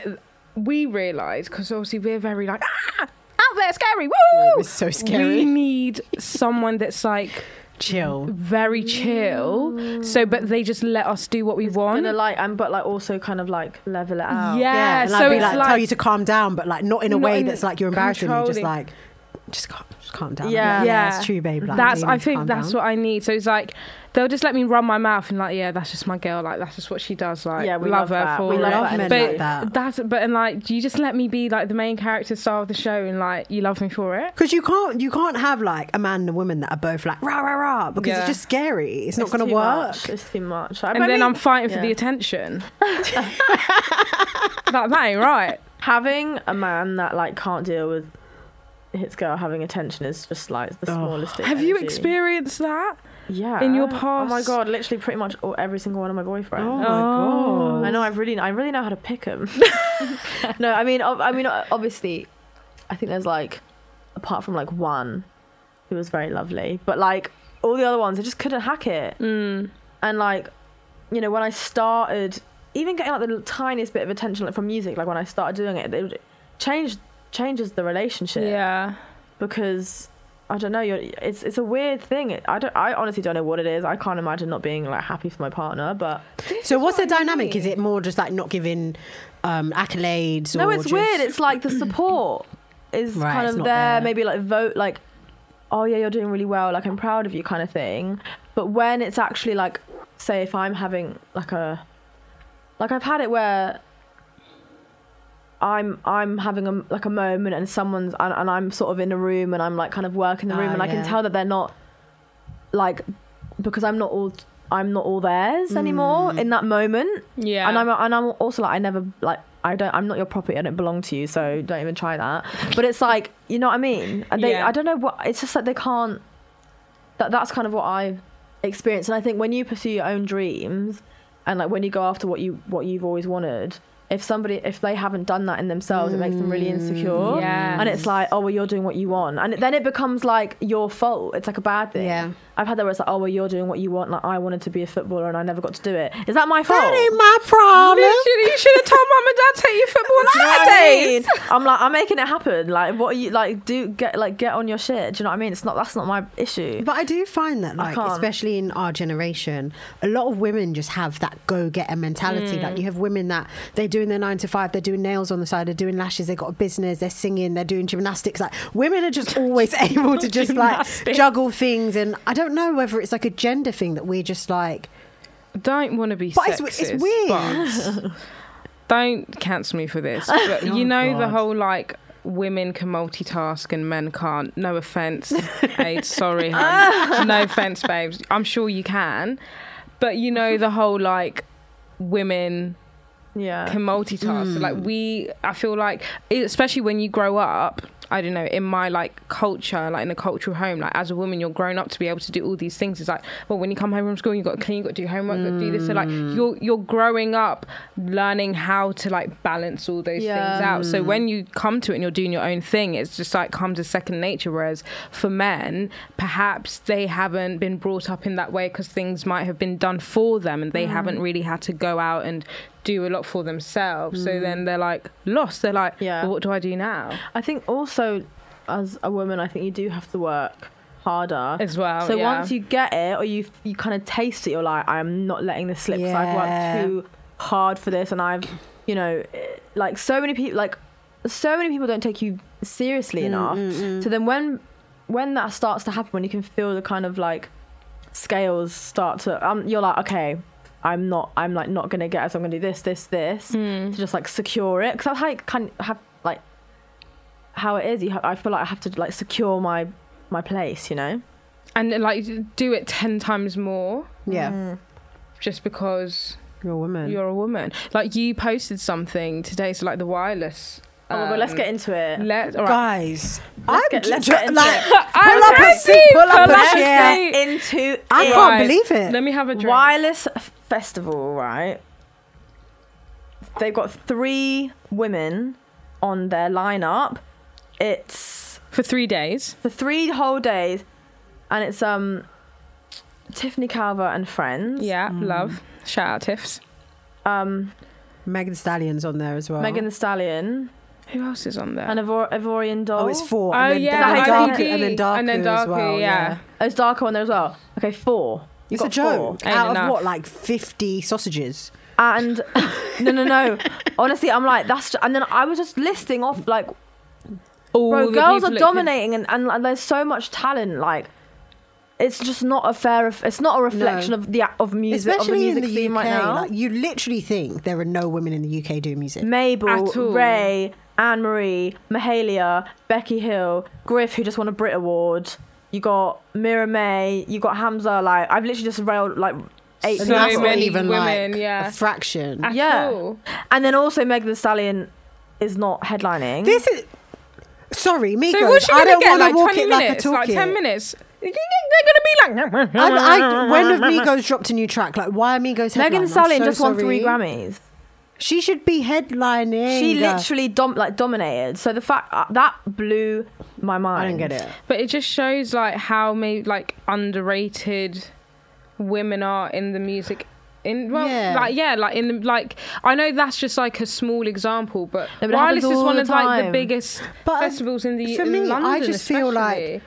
we realise because obviously we're very like ah out there scary woo.
it was so scary.
We need someone that's like
Chill.
very chill. So, but they just let us do what we want.
Gonna like, and but like also kind of like level it
yeah,
out.
and
so
I'd be
it's
like,
like
tell you to calm down, but like not in a
Not
way
in-
that's like you're embarrassing me. Just
controlling.
like, just calm, just calm down.
Yeah.
it's true, babe. Like,
that's
you
I
need to calm
think that's
down.
what I need. So it's like they'll just let me run my mouth and like yeah, that's just my girl. Like that's just what she does. Like
Yeah, we
love,
love
her
that.
for
We
it.
love
men
but
like that.
That's but and like you just let me be like the main character star of the show and like you love me for it.
Because you can't you can't have like a man and a woman that are both like rah rah rah because
Yeah.
it's just scary. It's, not
It's
going to
too
work.
much. It's too much. I,
And then I'm fighting for
yeah.
the attention. like that ain't right.
having a man that like can't deal with his girl having attention is just like the
Ugh.
smallest thing.
Have you
energy.
experienced that?
yeah
in your
Oh my
past-
god! Literally, pretty much all, every single one of my boyfriends.
Oh.
I know. I really, I really know how to pick them. no, I mean, ob- I mean, uh, obviously, I think there's like, apart from like one, who was very lovely, but like all the other ones, I just couldn't hack it.
Mm.
and like you know when i started even getting like the tiniest bit of attention like from music like when i started doing it it would change changes the relationship
Yeah.
because i don't know you're, it's it's a weird thing it, i don't i honestly don't know what it is i can't imagine not being like happy for my partner but
So what's the dynamic? Is it more just like not giving um, accolades?
no
or
it's
just-
weird it's like the support is
Right,
kind
it's
of
not
there,
there.
maybe like vote like oh yeah you're doing really well like i'm proud of you kind of thing but when it's actually like say if i'm having like a like i've had it where i'm i'm having a like a moment and someone's and, and i'm sort of in a room and i'm like kind of working the room
Ah,
and i
yeah.
can tell that they're not like because i'm not all i'm not all theirs
Mm.
anymore in that moment
Yeah.
and I'm and I'm also like I never like I don't I'm not your property I don't belong to you so don't even try that. But it's like you know what I mean. And they
Yeah.
I don't know what it's just like they can't. That that's kind of what I experienced. And I think when you pursue your own dreams and like when you go after what you what you've always wanted, if somebody if they haven't done that in themselves, it makes them really insecure.
Mm.
Yes.
And it's like oh well you're doing what you want, and then it becomes like your fault. It's like a bad thing.
Yeah.
I've had that where it's like oh well you're doing what you want. Like I wanted to be a footballer and I never got to do it. Is that my fault?
That ain't my problem.
Literally, you should have told mum and dad take your
Do you
football
know
out
what I
of
mean? I'm like, I'm making it happen. Like, what are you like? Do get like get on your shit. Do you know what I mean? It's not that's not my issue.
But I do find that, like,
can't.
especially in
Mm.
our generation, a lot of women just have that go getter mentality. Like, you have women that they doing their nine to five, they're doing nails on the side, they're doing lashes, they've got a business, they're singing, they're doing gymnastics. Like women are just always able to just like
Gymnastics.
juggle things. And I don't know whether it's like a gender thing that we're just like,
don't want to be
But it's-
sexist.
it's weird.
but- don't cancel me for this. But you know the
God.
whole like women can multitask and men can't. No offense, Aid. Sorry, hun. no offense, babes. I'm sure you can, but you know the whole like women
Yeah.
can multitask. So, Like we, I feel like, e, especially when you grow up, I don't know, in my like culture, like in a cultural home, like as a woman, you're grown up to be able to do all these things. It's like, well, when you come home from school, you got to clean, you got to do homework, you got to do this. So like, you're you're growing up, learning how to like balance all those things
Yeah.
out. So when you come to it and you're doing your own thing, it's just like comes as second nature. Whereas for men, perhaps they haven't been brought up in that way because things might have been done for them and
Mm.
they haven't really had to go out and do a lot for themselves. So then they're like lost. They're like,
Mm. Yeah.
well, what do I do now?
I think also as a woman, I think you do have to work harder
As well,
Oh,
So
yeah.
once you get it, or you you kind of taste it, you're like, I'm not letting this slip. 'cause
Yeah.
I've worked too hard for this, and I've, you know, eh, like so many people, like so many people don't take you seriously
Mm,
enough. So then when when that starts to happen, when you can feel the kind of like scales start to, um, you're like, okay. I'm not. I'm like not gonna get. it, So I'm gonna do this, this, this
Mm.
Mm.
to just like secure it. Because that's how you kind of have like how it is. You have, I feel like I have to like secure my my place. You know.
And like do it ten times more
yeah,
just because
you're a woman.
you're a woman. Like you posted something today, so like the wireless. um,
Oh my god, let's get into it.
Let all right.
Guys, I'm
get- let's
ju-
get into
like,
it.
pull up a seat, pull up
Pull up
a
a
chair.
seat.
into
Um, I
it.
can't believe it.
Let me have a drink.
Wireless f- festival, right? They've got three women on their lineup. It's
for three days.
for three whole days, and it's um Tiffany Carver and friends.
Yeah, love. Shout out Tiffs.
Um,
Megan Thee Stallion's on there as well.
Megan the Stallion
Who else is on there?
and Ivor- Ivorian Doll.
Oh, it's four.
oh
and then
yeah,
Is that
Dark-
how you
and then
IDD,
Dark,
and then Dark
as well.
yeah.
yeah.
There's Darko on there as well. Okay, four.
It's
Got
a joke.
four.
Ain't
Out
enough.
of what, like 50 sausages?
and no no no honestly i'm like that's ju- and then i was just listing off like
All
bro
the
girls
people
are
that
dominating and, and like, there's so much talent like it's just not a fair ref- it's not a reflection of the a- of music
Especially
of the music
in the
scene
UK.
right now
Like, you literally think there are no women in the UK doing music.
mabel
At all.
ray anne marie mahalia becky hill griff who just won a brit award you got mira may you got hamza like i've literally just railed like eight
So
And that's
people.
not
many
even
women,
like
yeah.
a fraction.
At
yeah
all.
and then also megan Thee stallion is not headlining
this is. Sorry, Migos.
So what's she
I
gonna
don't
get?
want
Like
to walk
twenty
it
minutes,
like a
like
talkie.
ten minutes. You think They're gonna be like.
I, I, when have Migos dropped a new track? Like, why are Migos headlining?
Megan Thee
I'm
Stallion
so
just won three
sorry.
Grammys.
She should be headlining.
She literally dom- like dominated. So the fact uh, that blew my mind.
I don't get it.
But it just shows like how maybe like underrated women are in the music. In well,
Yeah.
like yeah, like in the, like I know that's just like a small example, but,
No, but it
Wireless
happens
is
all
one
the
of like the
time. uh,
biggest
But, um,
festivals in the
for
in
me, I
London
just feel like-
especially.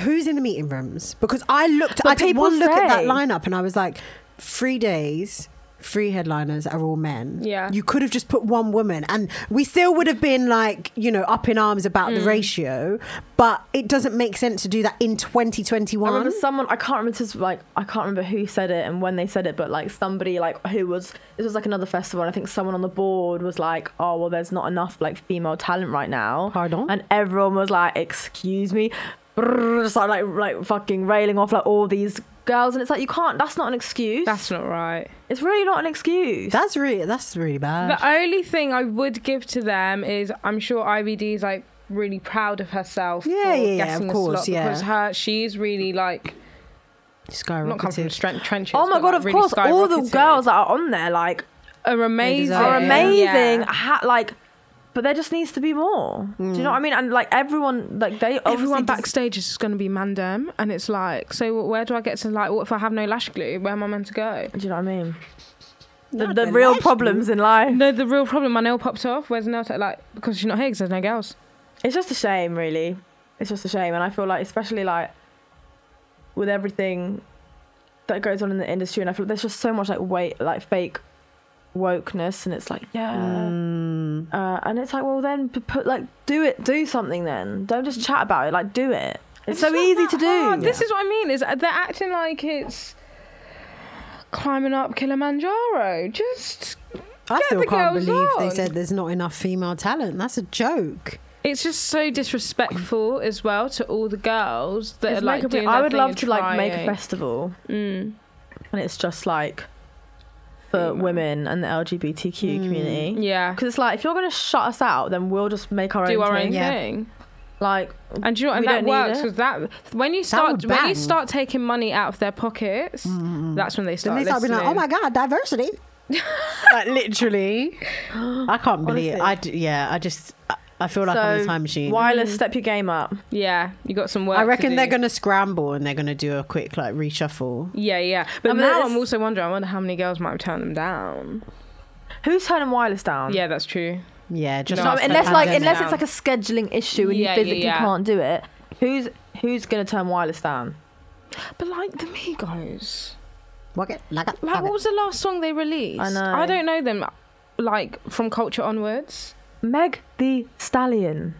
who's in the meeting rooms? Because I looked,
But
I did
people
one look at that
say-
lineup and I was like, three days, three headliners are all men.
Yeah.
You could have just put one woman and we still would have been like, you know, up in arms about
Mm.
the ratio, but it doesn't make sense to do that in
I
2021.
remember someone I can't remember this, like I can't remember who said it and when they said it, but like somebody like who was this was like another festival and I think someone on the board was like, Oh well there's not enough like female talent right now.
Pardon?
And everyone was like, Excuse me Brrr, just like like fucking railing off like all these girls and it's like you can't that's not an excuse.
That's not right.
it's really not an excuse.
That's really, that's really bad.
The only thing I would give to them is I'm sure IBD is like really proud of herself.
Yeah,
for
yeah, yeah,
guessing
of
the
course,
slot
yeah.
Because her, she's really like not come from
Skyrocketed.
strength trenches.
Oh my
but,
god!
like,
Of
really
course, all the
skyrocketed.
girls that are on there like
are amazing.
deserve
are
Yeah.
amazing.
Yeah.
Ha- like, but there just needs to be more. Do you know what I mean? And like everyone, like they
Everyone
obviously just-
backstage is going to be mandem, and it's like, so where do I get to like? What if I have no lash glue? Where am I meant to go?
Do you know what I mean? The,
Not
the
the
real
lash
problems in life.
No, the real problem. My nail popped off. Where's the nail tech? Like because she's not here because there's no girls.
It's just a shame, really. It's just a shame, and I feel like, especially like with everything that goes on in the industry, and I feel there's just so much like weight, like fake wokeness and it's like yeah uh, and it's like well then p- put like do it do something then don't just chat about it like do it it's, so
not
easy
that
to do
hard. This is what I mean. Is they're acting like it's climbing up Kilimanjaro. Just
I
Get
still
the
can't
girls
believe they
on.
said there's not enough female talent. That's a joke.
it's just so disrespectful as well to all the girls that
Just
are like.
make a-
doing
I
their
would
thing
love
and
to like make a
trying.
festival
Mm.
and it's just like for
Female. Hmm.
women and the LGBTQ community.
Yeah.
Because it's like if you're gonna shut us out, then we'll just make our
Do
own
our
thing.
own
Yeah.
thing.
Like
And do you know, and
We
that
don't need
works
it.
because that when you start
would
when
bang.
you start taking money out of their pockets, that's when they
Then
start.
they start being like, "Oh my god, diversity!" like literally, I can't believe. I d- yeah, I just I- I feel like I'm in a
So,
time machine.
wireless,
Hmm.
step your game up.
Yeah, you got some work.
I
to
reckon they're
do.
gonna scramble and they're gonna do a quick like reshuffle.
Yeah, yeah. But
I mean,
now
it's-
I'm also wondering. I wonder how many girls might have turned them down.
Who's turning wireless down?
Yeah, that's true.
Yeah, just
No,
ask the
Unless like
pandemic.
unless
down.
it's like a scheduling issue and
Yeah, yeah,
you physically
yeah.
can't do it. Who's who's gonna turn wireless down?
But like the Migos,
Walk it, like it,
like
walk
what
it.
was the last song they released?
I know.
I don't know them. Like from culture onwards.
Meg the Stallion.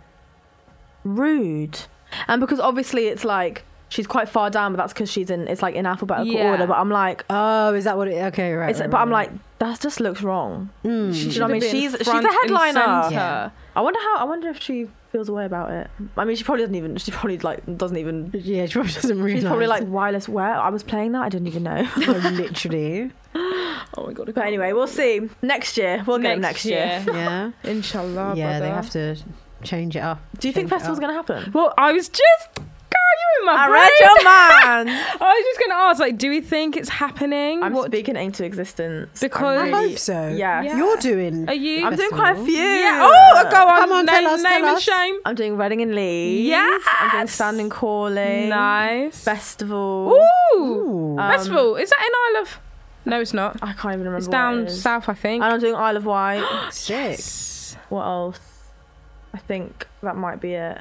Rude. And because obviously it's like she's quite far down, but that's because she's in it's like in alphabetical
Yeah.
order. But I'm like,
Oh, is that what it? Okay, right.
it's,
right,
but
right,
I'm
right.
like, that just looks wrong.
Mm.
Do you know what I
Should've been
mean? She's she's
front
the
and
headliner.
centre.
Yeah.
I wonder how. I wonder if she feels away about it. I mean, she probably doesn't even. She probably like doesn't even.
yeah, she probably doesn't realize.
She's probably like wireless. Where I was playing that, I didn't even know.
literally.
Oh my god. I
But
can't
anyway, we'll see next year. We'll get 'em
Next
next year.
year.
Yeah,
Oh,
Inshallah.
yeah, they
brother.
have to change it up.
Do you think
Change it
festival's
up.
gonna happen?
Well, I was just. Girl, you in my
I
brain.
read your mind.
I was just going to ask, like, do we think it's happening?
I'm
What-
speaking into existence
Because-
I'm
I
really-
hope so.
Yeah.
Yeah.
You're doing.
Are you?
I'm doing quite a few.
Yeah. Oh, go on.
Come on,
name,
tell us,
name
tell
and
us.
shame.
I'm doing Reading and Leeds.
Yes.
I'm doing Standing Calling.
Nice.
Festival.
Ooh.
Ooh.
Oh,
Festival. Is that in Isle of? No, it's not.
I can't even remember.
It's
what
down
it is.
south, I think.
And I'm doing Isle of Wight.
Six.
what else? I think that might be it.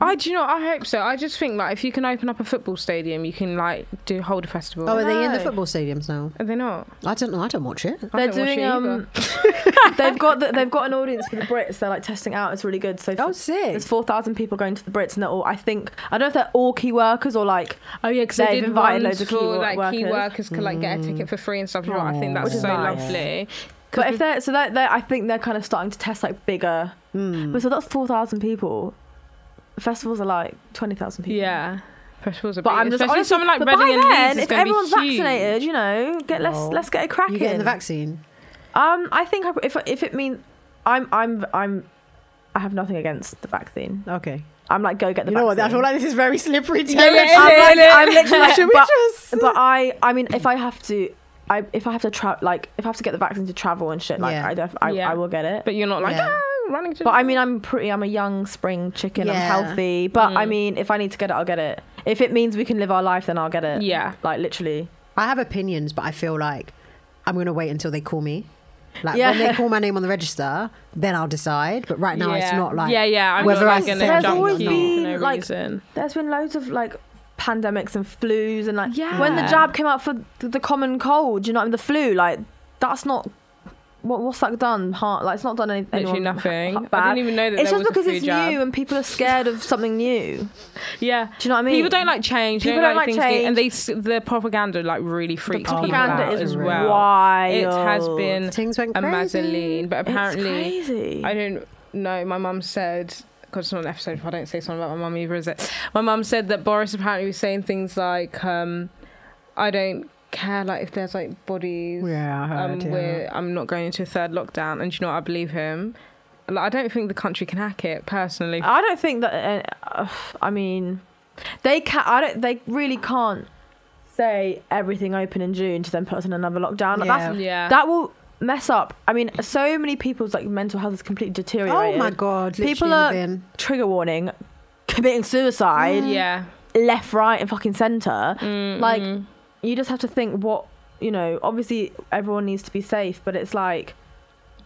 I do you know. what? I hope so. I just think like if you can open up a football stadium, you can like do hold a festival.
Oh, are they in the
No.
football stadiums now?
Are they not?
I don't know. I don't watch it.
I don't
They're
watch
doing
it either.
um. they've got the, they've got an audience for the Brits. They're like testing out. It's really good. So
Oh,
f-
sick.
There's four thousand people going to the Brits, and they're all. I think I don't know if they're all key workers or like.
Oh yeah, because
They've
they did
invited
invited
loads of key wor-
like key
workers.
workers could like get a ticket for free and stuff. You know, I think
Which
that's
is
so
nice.
lovely.
But if they're so they're, they're I think they're kind of starting to test like bigger. But so that's four thousand people. Festivals are like twenty thousand people.
Yeah. Festivals are
But
big,
I'm just
especially
honestly,
something like
but
Reading
by
and
then,
Leeds is
if
gonna be
everyone's
huge.
vaccinated, you know, get let's
Well,
let's get it cracking.
You getting the vaccine?
Um, I think I, if if it means I'm I'm I'm I have nothing against the vaccine.
Okay.
I'm like go get the
You know what?
vaccine.
I feel like this is very slippery
yeah,
territory.
yeah,
I'm
yeah.
like, I'm literally like,
Should we
but,
just-
but I, I mean, if I have to, I, if I have to travel, like, if I have to get the vaccine to travel and shit, like,
Yeah.
I, def- I,
Yeah.
I will get it. But,
But you're not like
Yeah.
ah, running to.
I mean, I'm pretty, I'm a young spring chicken. I'm
Yeah.
healthy. But
Mm.
I mean, if I need to get it, I'll get it. If it means we can live our life, then I'll get it.
Yeah.
Like, literally.
I have opinions, but I feel like I'm gonna wait until they call me. Like
Yeah.
when they call my name on the register, then I'll decide. But right now, it's
Yeah.
not like
yeah, yeah. I'm
whether
not,
I
like,
say
gonna
There's
something
jump
always
on
or
you
not.
been,
for no
like-
reason.
There's been loads of, like, pandemics and flus and, like,
Yeah.
when the jab came out for the, the common cold, you know what I mean? The flu, like, that's not. What, what's that done? Heart, like it's not done any,
Literally
anyone
nothing.
bad.
I didn't even know that
It's
there
just
was
because
a food
it's
jab.
new and people are scared of something new.
Yeah.
Do you know what I mean?
People don't like change. People
People
don't
don't
like
like
things new, and they
change.
s- the propaganda like really freaks
propaganda
people out
is
as well.
wild.
It has been
Things went
a
crazy.
mazzoline, but apparently
it's crazy.
I don't know. My mum said, because it's not an episode if I don't say something about my mum either, is it? My mum said that Boris apparently was saying things like, um, I don't care like if there's like bodies.
Yeah, I
um,
heard, yeah.
we're- I'm not going into a third lockdown. And do you know what? I believe him. Like, I don't think the country can hack it personally.
I don't think that. Uh, I mean, they can. I don't. They really can't say everything open in June to then put us in another lockdown. Like that's,
Yeah.
That will mess up. I mean, so many people's like mental health is completely
Oh
deteriorated.
my god!
People
literally
are
in the bin.
trigger warning, committing suicide,
Mm.
yeah.
left, right, and fucking center. Like, you just have to think what you know. Obviously, everyone needs to be safe, but it's like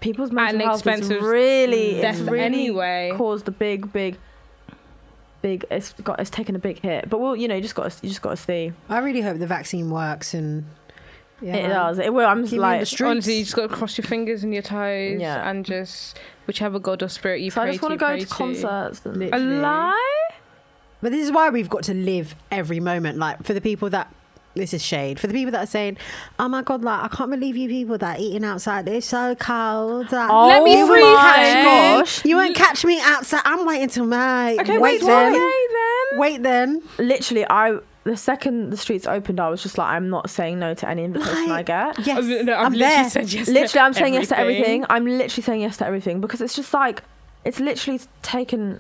people's mental
the
health
expense
is
of
Mm.
really, it's
death
really
anyway.
caused a big, big, big. It's got it's taken a big hit, but well, you know, you just got to, you just got to see.
I really hope the vaccine works and Yeah,
It
man.
does. It will. I'm just
Keep me in
like.
the streets.
Honestly, you just got to cross your fingers and your toes
Yeah.
and just whichever god or spirit you
so
pray
I just
want to
go
pray
to concerts. and-
Literally.
A lie?
But this is why we've got to live every moment. Like for the people that this is shade. For the people that are saying, "Oh my god, like I can't believe you people that are eating outside. It's so cold." Like,
Oh
Let me
you won't
freeze
catch
then.
me.
Gosh.
You won't catch me outside. I'm waiting till May.
Okay, wait,
wait
till
then.
May then.
Wait then.
Literally, I. The second the streets opened, I was just like, I'm not saying no to any invitation
Like,
I get.
Yes,
I've- no, I've
I'm
literally
there.
said yes. to
literally i'm saying yes to
everything.
everything i'm literally saying yes to everything because it's just like it's literally taken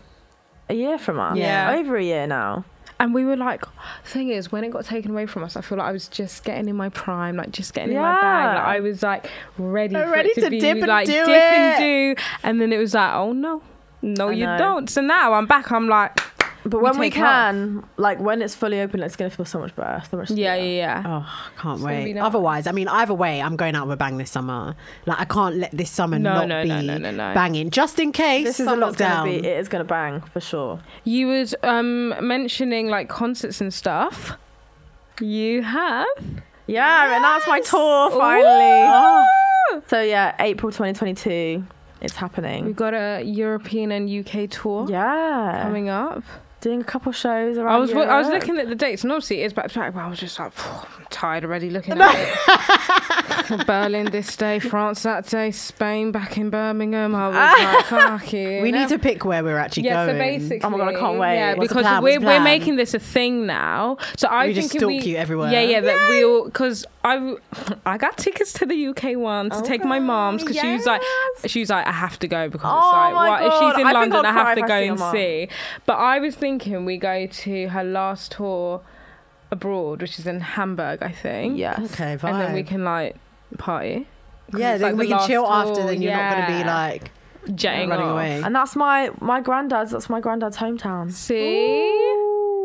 a year from us
Yeah.
over a year now
And we were like, thing is, when it got taken away from us, I feel like I was just getting in my prime, like just getting in my bag.
Yeah.
Like, I was like ready,
I'm
for
ready
it to,
to
be,
dip and
like,
do
dip and do. And then it was like, oh no, no,
I
you
know.
don't. So now I'm back. I'm like,
but
We
when we
take off.
can like when it's fully open it's going to feel so much better so much
yeah, yeah, yeah.
Oh, I can't
gonna be
wait.
nice.
Otherwise, I mean, either way, I'm going out with a bang this summer. Like, I can't let this summer
No,
not
no,
be
no, no, no, no.
banging. Just in case
this
this is
is
a lockdown.
Gonna be, it is going to bang for sure
You was um mentioning like concerts and stuff. You have
yeah and that's my tour finally
finally.
so yeah april 2022 it's happening
we've got a European and UK tour
yeah
coming up.
doing a couple shows around
I was I was
Europe.
looking at the dates, and obviously it's back to back, but I was just like, "Phew, I'm tired already looking at it. Berlin this day, France that day, Spain back in Birmingham. I was like, fuck you.
we need to pick where we're actually
Yeah,
going.
so basically,
Oh my God, I can't wait.
Yeah,
What's the
because
plan? What's
we're
the
we're
plan?
making this a thing now. So I
We
think
just
if
stalk
we,
you everywhere.
Yeah, yeah. That we'll because I I got tickets to the UK one to take my mom's because she was like she was like I have to go because
Oh
it's like
my
what if
God,
she's in
I think
London
I'll
I
cry
have to
if I
go
see your
and
mum.
see. But I was thinking we go to her last tour abroad, which is in Hamburg, I think.
yes
okay, fine.
and then we can like party. 'Cause
yeah,
it's,
then
like,
we
the
can
last
chill after.
tour,
Then you're not going to be
yeah.
like
jetting
running
off.
away.
and that's my my granddad's that's my granddad's hometown
See.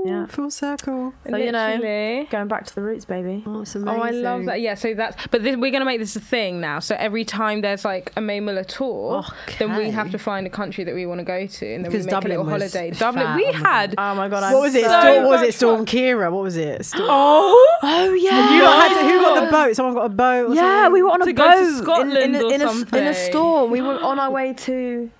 yeah
Full circle.
So, you know,
Literally.
going back to the roots baby
Oh, it's
Oh, I love
amazing.
that. Yeah, so that's but this, we're gonna make this a thing now. So every time there's like a May Muller
Oh,
tour, then we
Oh, Okay.
have to find a country that we want to go to, and then
Because
we make
Dublin
a little
was
holiday.
fat,
Dublin, we
oh my
had.
Oh my god! I'm
What was it?
so-
Storm, was it
much
Storm Kira? What was it? Storm-
Oh,
Oh yeah,
You lot had to, who got the boat? Someone got a boat. Or
yeah,
something?
we were on a
To
boat
go to
in-
Scotland
in,
or
a, in, a, in
something.
a storm. We were on our way to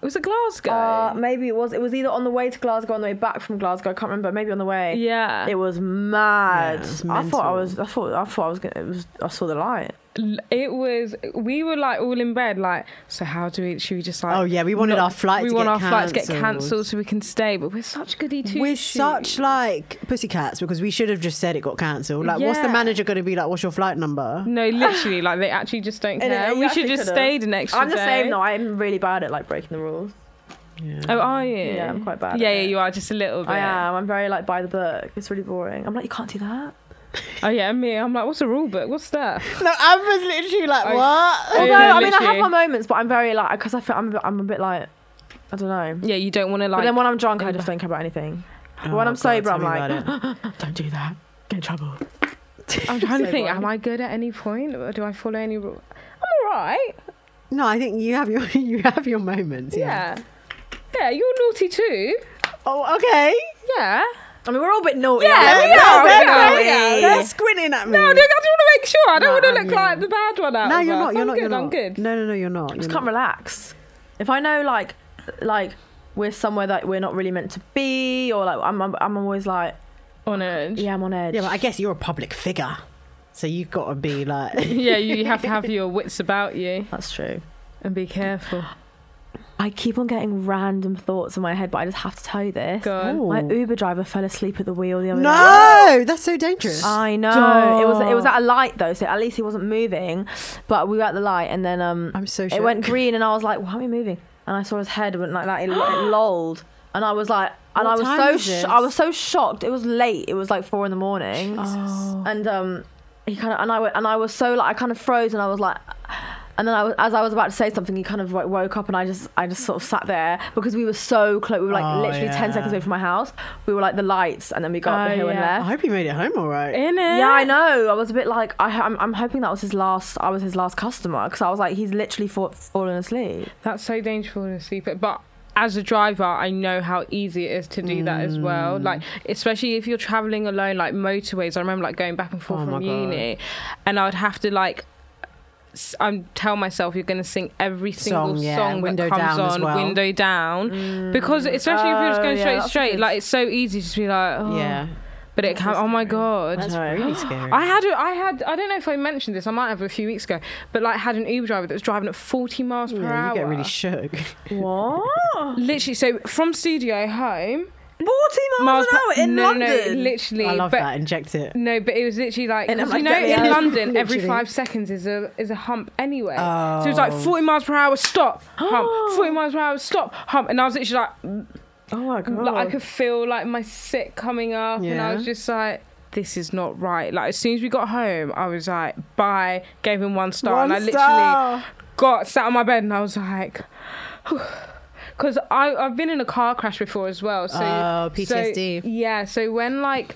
it was it Glasgow?
uh, maybe it was it was either on the way to Glasgow or on the way back from Glasgow. I can't remember. Maybe on the way.
yeah,
It was mad.
Yeah, it's
I thought
mental.
I was. I thought. I thought I was. Gonna, it was. I saw the light.
L- it was. We were like all in bed, like. So how do we? Should we just like?
Oh, yeah, we wanted our flight
We
to
want
get
our flights to get
cancelled.
cancelled so we can stay, but we're such goody two.
We're such like pussycats because we should have just said it got cancelled. Like, what's the
Yeah.
manager going to be like? What's your flight number?
No, literally, like they actually just don't
And
care.
it- you
We
actually
should just
could've.
stay an extra
I'm the same
day.
though. I'm really bad at like breaking the rules.
Oh, are you?
Yeah, I'm quite bad
Yeah,
at
yeah,
it.
you are just a little bit.
I am. I'm very like by the book. It's really boring. I'm like, you can't do that.
Oh yeah, me. I'm like, what's a rule book? What's that?
No, Amber's literally like,
I-
what?
Oh,
Although
yeah,
I mean, I have
literally.
my moments, but I'm very like because I feel I'm. a bit- I'm a bit like. I don't know.
Yeah, you don't want to
But
like.
then when I'm drunk, I just don't care about anything. But
Oh,
when I'm sober, I'm like, don't do that. Get in trouble.
I'm trying to
So
think.
boring.
Am I good at any point? Or do I follow any rule? I'm all right.
no, I think you have your you have your moments. Yeah.
Yeah. yeah. you're naughty too.
Oh, okay.
Yeah.
I mean, we're all a bit naughty.
Yeah,
aren't
we are,
They're,
we are,
great.
we are.
They're squinting at me.
No, I don't, I just want to make sure. I don't
No,
want to
I'm
look
good.
like the bad one out.
No,
of
you're
us.
not. You're
I'm
not.
Good,
You're not.
I'm good.
No, no, no. You're not.
I just
you're
can't
not.
relax. If I know like, like we're somewhere that we're not really meant to be, or like I'm, I'm, I'm always like,
On edge.
yeah, I'm on edge.
Yeah, but I guess you're a public figure, so you've got to be like.
Yeah, you have to have your wits about you
that's true.
and be careful.
I keep on getting random thoughts in my head, but I just have to tell you this.
God.
My
Ooh.
Uber driver fell asleep at the wheel the other day.
No, that's so dangerous.
Uh,
I know. It was it was at a light though, so at least he wasn't moving. But we were at the light, and then um,
I'm so
it
shook.
went green, and I was like, "Why are we moving?" And I saw his head went like that. It, it lolled, and I was like, and
What time
I was
was
so
this?
sh- I was so shocked. It was late. It was like four in the morning, and um, he kind of and I went, and I was so like I kind of froze, and I was like. And then I was, as I was about to say something, he kind of like woke up, and I just, I just sort of sat there because we were so close. We were like
Oh,
literally ten
yeah.
seconds away from my house. We were like the lights, and then we got up
Oh,
the hill and
yeah.
left.
I hope you made it home all right.
In it.
Yeah, I know. I was a bit like, I, I'm, I'm hoping that was his last. I was his last customer because I was like, he's literally fa- fallen asleep.
That's so dangerous falling asleep. But as a driver, I know how easy it is to do that as
Mm.
well. Like, especially if you're traveling alone, like motorways. I remember like going back and forth
Oh my
from
God.
uni, and I would have to like. s- I'm tell myself you're gonna sing every
Song,
single song,
yeah.
that
Window
comes
down as
on,
well. Mm.
window down, because especially if you're just
Oh,
going
yeah,
straight
that's
straight,
good.
like it's so easy to just be like, oh.
Yeah.
But it can. Oh my god,
That's really scary.
I had, a, I had, I don't know if I mentioned this. I might have a few weeks ago, but like had an Uber driver that was driving at forty miles per
yeah,
hour.
you get really shook.
What?
literally, so from studio home,
40 miles,
per-
an hour in
no, no,
London.
no, literally.
I love
but,
that. Inject it.
No, but it was literally like,
And I'm
'cause you
like,
know,
get me
in
out.
London, every
Literally.
five seconds is a is a hump anyway. So it was
Oh.
like forty miles per hour, stop, hump. Forty miles per hour, stop, hump. And I was literally like,
oh my god.
like I could feel like my sick coming up, and I
Yeah.
was just like, "This is not right." Like as soon as we got home, I was like, "Bye," gave him one star, and I
One
literally
star.
got sat on my bed, and I was like. Because I I've been in a car crash before as well, so
Oh,
so-
PTSD.
yeah, so when like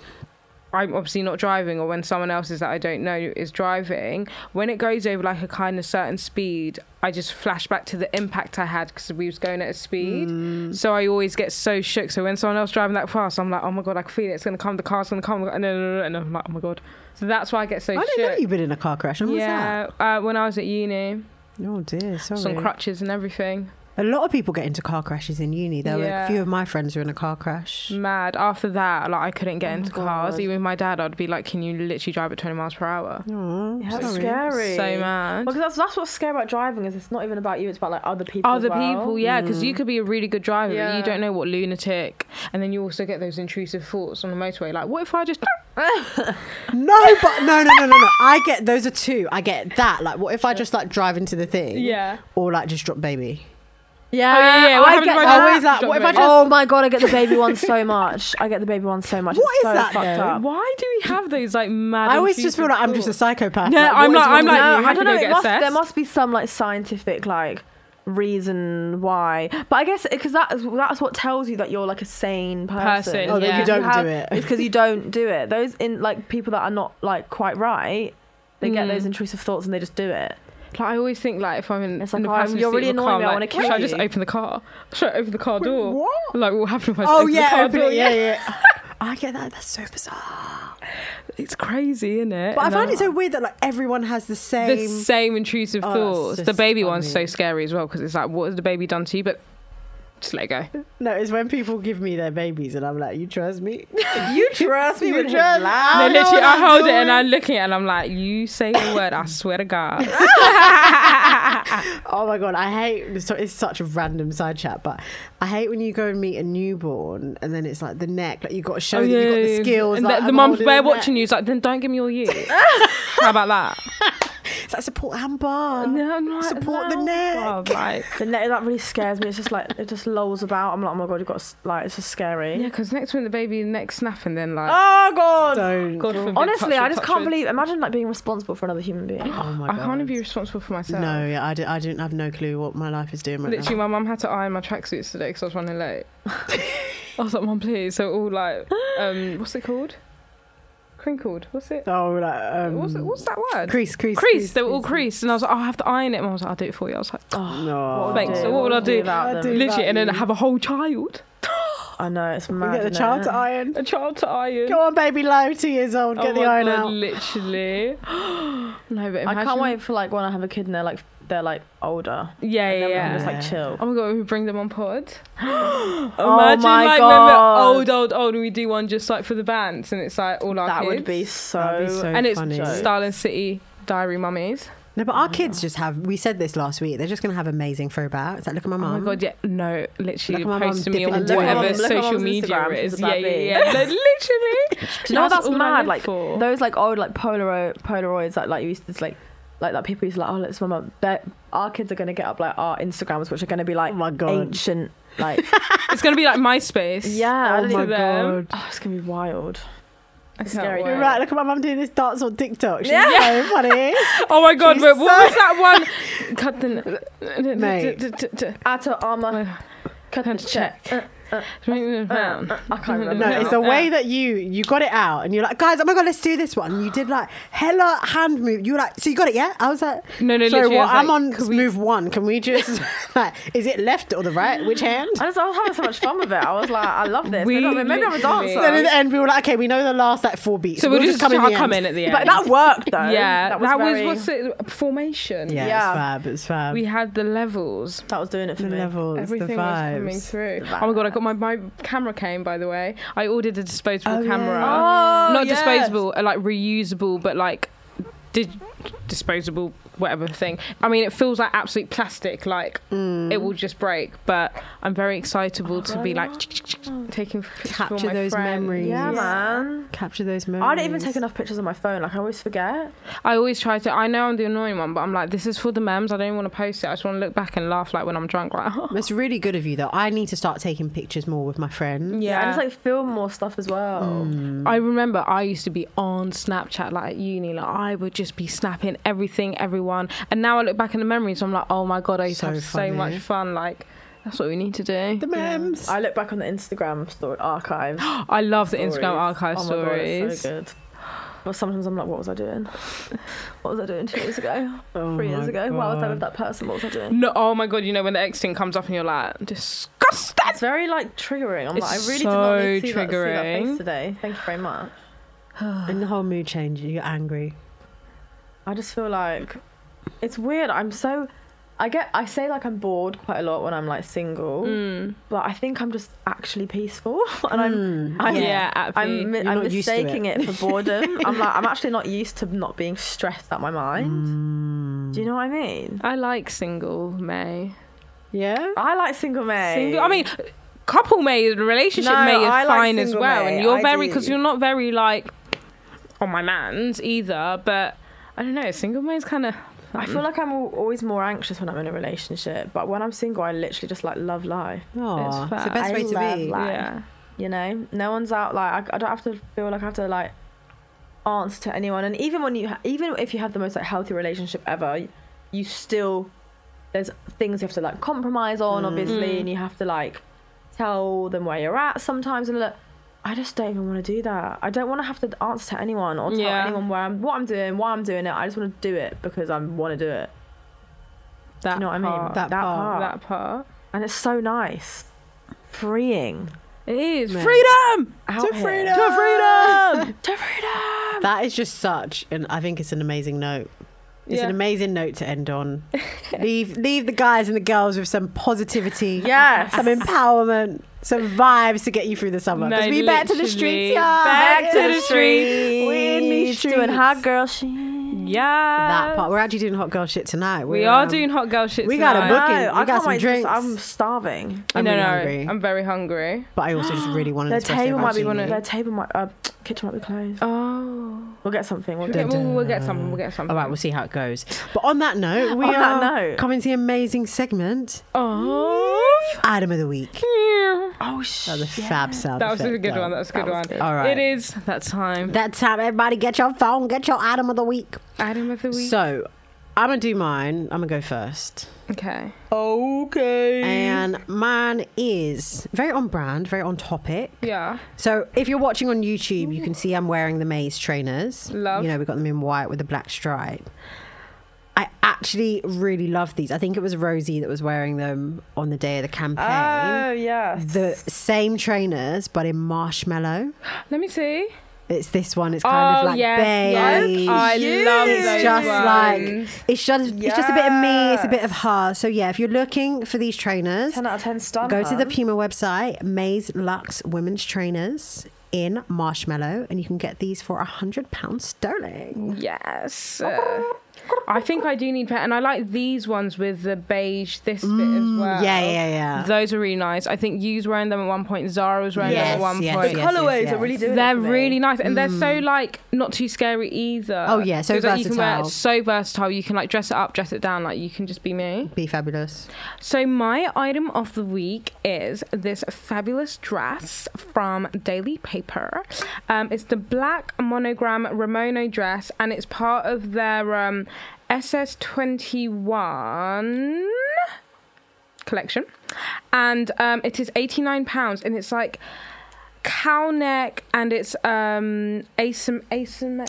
I'm obviously not driving, or when someone else is that I don't know is driving, when it goes over like a kind of certain speed, I just flash back to the impact I had because we was going at a speed.
Mm.
So I always get so shook. So when someone else driving that fast, I'm like, oh my god, I can feel it. It's gonna come. The car's gonna come. And then and I'm like, oh my god. So that's why I get so
I didn't know
shook.
you'd been in a car crash. When
yeah, uh, when I was at uni,
was that? Oh dear, sorry.
was on crutches and everything.
a lot of people get into car crashes in uni. There were
Yeah.
a few of my friends who were in a car crash.
Mad. After that, like I couldn't
Oh
get into cars.
God.
Even with my dad, I'd be like, can you literally drive at 20 miles per hour?
Oh,
Yeah, that's
sorry.
scary.
So mad.
Because that's, that's what's scary about driving is it's not even about you, it's about like other people. as
other
well.
people yeah because
Mm.
you could be a really good driver but you
Yeah.
don't know what lunatic and then you also get those intrusive thoughts on the motorway like what if i just
No, but no, no, no, no, no. I get those are two. I get that. Like, what if I just like drive into the thing?
Yeah.
Or like just drop baby.
Yeah,
Oh, yeah, yeah, what
I
happens
get
if I
that.
just-
Always like,
Drop
what if I
baby.
just?
Oh my god, I get the baby one so much. I get the baby one so much.
What
it's
is
so
that,
fucked
though?
up.
why do we have those like mad
I always just feel like I'm just a
intrusive
psychopath.
Yeah, I'm
what is
like- I'm
wrong
like-
with
you
no, I
have to
don't
go
know.
get
It must, there
assessed?
must be some like scientific like reason why. But I guess because that is that's what tells you that you're like a sane person.
Person,
Oh, that you
yeah.
don't do it.
It's because you don't do it. Those in like people that are not like quite right, they get
Mm.
those intrusive thoughts and they just do it.
like, i always think like if i'm in,
It's
in
like,
the
oh, I'm-
passenger
you're
seat
really
of a
annoying
car,
me,
I'm like,
I wanna kill
should i just
you."
open the car should i open the car door
what?
like what happened if i just
Oh
open the
yeah,
car
open
door
it. Yeah, yeah. I get that. That's so bizarre.
it's crazy isn't it
But I
And
find
then-
it so weird that like everyone has the same.
the same intrusive
Oh, that's
thoughts the
just-
baby
I
one's so
mean-
scary as well because it's like what has the baby done to you but just let it go
No, it's when people give me their babies and I'm like, you trust me?
You trust
You trust-
No,
I know
literally,
what
I
Oh, I'm
hold it
doing.
and I look at it and I'm like, you say the word, I swear to God.
Oh my god, I hate. So it's such a random side chat, but I hate when you go and meet a newborn and then it's like the neck, like you got to
Oh,
show that Oh, you got the skills.
And
like,
the,
I'm
the mum's
holding the
there
neck.
watching you. It's like, then don't give me all you. How about that?
It's like support Amber.
No, I'm like,
Oh, support the
no,
neck.
God, like,
The net that really scares me. It's just like it just lolls about. I'm like, oh my god, you got s- like it's just scary.
yeah, because next minute the baby neck snap and then like,
Oh god.
Don't.
God forbid,
Honestly,
touch
I
wood,
just
touch
can't
wood.
believe. Imagine like being responsible for another human being.
Oh my
I
god.
can't even be responsible for myself.
No, yeah, I, do, I don't have no clue what my life is doing right
Literally, my mum had to iron my tracksuits today because I was running late. I was like, mum, please. So all like, um, what's it called? Crinkled. What's it?
now. Oh, like, um,
What's, it, what's that word?
crease, crease,
creased. They were all creased, and I was like, oh, I have to iron it. And I was like, I'll do it for you. I was like,
No.
What
thanks.
do-
So what would I
what do
do?
about
I
them?
do
Literally,
that,
and then
you-
have a whole child,
I know it's
You
mad.
get the
innit?
child to iron.
a child to iron.
Go on, baby, low, two years old,
Oh
get the
my
iron
God,
out.
Literally. no, but imagine,
I can't wait for like when I have a kid and they're like they're like older.
Yeah, yeah,
And then we can
yeah.
Just like chill. Oh
Oh my god, we bring them on pod. Imagine
Oh
my
like
God.
when we're old, old, old, and we do one just like for the bands, and it's like all our
That
kids.
would be so.
That'd be so
and it's
funny.
Starling City Diary Mummies.
No,
Oh
but our kids just have. We said this last week. They're just going to have amazing throwbacks. It's like, look at my
Oh my
mum.
god, yeah, no, literally
Look at my mum
post to me
dipping
on
and doing
whatever
it.
Look at my
social
mum's
media
Instagram,
it is.
she's a
Yeah,
bad
yeah,
bee.
yeah. Like, literally.
Do you know
That's
that's
all I live
mad? Like
for.
those like old like Polaroid Polaroids that like you used to like like that people used to like oh let's my mum. They're- Our kids are gonna get up like our Instagrams which are gonna be like
Oh my God.
ancient like
It's gonna be like MySpace.
yeah. I
Oh
don't
my
even-
god.
Oh, it's gonna be wild.
I can't
Scary.
wait.
You're right. Look at my mum doing this dance on TikTok. She's so funny.
Oh my god,
She's
wait, what
so-
was that one? Cut the.
Mate.
Atta armor. Cut the check.
check.
I can't remember.
No, it's the way that you you got it out, and you're like, guys, oh my god, let's do this one. You did like hella hand move. You were like, so you got it, yeah? I was like,
No, no,
sorry,
literally,
what,
I was
I'm
like,
on move one. Can we just like, is it left or the right? Which hand?
I just I was having so much fun with it. I was like, I love this.
We
Maybe, I'm- maybe I'm a
literally-
dancer.
Then in the end, we were like, okay, we know the last like four beats.
So we'll, just, come, in
the end.
at the end.
but that worked though.
yeah,
that was very-
what's it formation.
Yeah,
Yeah.
it's fab. It's fab.
we had the levels.
that was doing it for
the
me.
levels,
Everything
the
was coming
vibes.
through. Oh my god, I got my, my camera came by the way. I ordered a disposable camera.
Oh,
Not
yes.
disposable, uh, like reusable, but like di- disposable whatever thing. I mean, it feels like absolute plastic, like
Mm.
it will just break, but I'm very excitable to be like taking pictures of
Oh.
all
Capture
my
those
friends.
memories.
Yeah, man.
Capture those memories.
I don't even take enough pictures on my phone. Like I always forget.
I always try to. I know I'm the annoying one, but I'm like, this is for the memes. I don't want to post it. I just want to look back and laugh, like when I'm drunk, like.
That's really good of you, though. I need to start taking pictures more with my friends.
I just like film more stuff as well.
I remember I used to be on Snapchat like at uni, like I would just be snapping everything, everyone. And now I look back in the memories, I'm like, oh my god, I used
So
to have
funny.
so much fun. Like that's what we need to
The
do.
memes.
I look back on the Instagram story archive.
I love the
stories.
Instagram archive
oh My God,
stories.
it's so good. But sometimes I'm like, what was I doing? What was I doing two years ago?
Oh
Three years
my
ago? Why was I
God.
with that person? What was I doing?
no, oh my god, you know when the exiting comes up and you're like, disgusting.
It's very like triggering. I'm like, I
It's
really did not
so
need to see that, see that
triggering.
face today. Thank you very much.
And the whole mood changes. You're angry.
I just feel like it's weird. I'm so I get I say like I'm bored quite a lot when I'm like single,
Mm.
but I think I'm just actually peaceful and
Hmm.
I'm I'm
yeah, at peace.
I'm, mi-
Mm, You're
I'm
not used to
mistaking it. for boredom. I'm like I'm actually not used to not being stressed at my mind. Do you know what I mean?
I like single May.
Yeah.
I like single May.
Single, I mean, couple May, the relationship
No,
May is
I like
fine as
single
well.
May,
And you're
I
very
do.
because you're not very like on my man's either. But I don't know, single May is kind of.
I feel like I'm al- always more anxious when I'm in a relationship, but when I'm single, I literally just like love life.
Aw,
It's
it's the
fab.
best
I
way to
love
be.
life.
Yeah.
you know no one's out like I, I don't have to feel like i have to like answer to anyone and even when you ha- even if you have the most like healthy relationship ever you still there's things you have to like compromise on obviously and you have to like tell them where you're at sometimes and look i just don't even want to do that i don't want to have to answer to anyone or tell
Yeah.
anyone where i'm what i'm doing why i'm doing it i just want to do it because i want to do it
That
you know what i mean
part.
That part.
That part.
and it's so nice freeing
It is freedom.
out here.
freedom.
to freedom
That is just such, and I think it's an amazing note. It's
Yeah.
an amazing note to end on. leave leave the guys and the girls with some positivity,
Yes.
some empowerment, some vibes to get you through the summer.
No,
Because we back to the
literally.
streets, yeah.
Back to the
streets. We're in these
She's doing
streets.
hot girl shit.
yeah.
That part. We're actually doing hot girl shit tonight.
Um, We
We're,
are
um,
doing hot girl shit.
we gotta
tonight.
book it.
I
we got
can't
some
wait. to
drinks.
Just, I'm starving.
I'm
no,
really
no,
hungry.
I'm very hungry.
but I also just really want an
Their
espresso
table might be
martini.
one of their table might uh, kitchen might be closed.
Oh.
We'll get something. We'll
Yeah,
get.
we'll, we'll get something. We'll get something.
All right, we'll see how it goes. But on that note, we
On
are
that note.
coming to the amazing segment,
Oh, Of-
item of the week.
Yeah.
Oh
That
shit!
was a fab sound.
That was a
effect,
good
though.
one. That was a good
That was
one.
good.
All right.
It is that time.
That time, everybody, get your phone, get your item of the week.
Item of the week.
So, I'm gonna do mine. I'm gonna go first,
okay.
Okay.
and mine is very on brand, very on topic.
Yeah.
So, if you're watching on YouTube, you can see I'm wearing the Maze trainers.
Love.
You know, we got them in white with a black stripe. I actually really love these. I think it was Rosie that was wearing them on the day of the campaign.
Oh yes.
the same trainers but in marshmallow.
Let me see.
It's this one. It's kind of
Oh,
like
yes,
beige.
yes. I love
it's
those
just like
ones.
it's just it's just a bit of me. It's a bit of her. So yeah, if you're looking for these trainers,
Ten out of ten stun.
go to the
hun.
Puma website, Maze Lux Women's Trainers in marshmallow, and you can get these for a hundred pounds sterling.
Yes. Uh, I think I do need pair, and I like these ones with the beige this bit as well.
Mm, yeah, yeah, yeah.
Those are really nice. I think you was wearing them at one point. Zara was wearing them
Yes,
at one
yes,
point.
yes,
Colorways
yes, yes.
are really doing.
They're
it for me.
really nice, and they're so like not too scary either.
Oh, yeah, so
It's like you can wear-
versatile.
it's so versatile. You can like dress it up, dress it down. Like you can just be me.
Be fabulous.
So my item of the week is this fabulous dress from Daily Paper. Um, it's the black monogram Ramono dress, and it's part of their um, SS twenty one. collection, and um, it is eighty nine pounds, and it's like cow neck, and it's um asym-
Asymmetric.
asymmetric.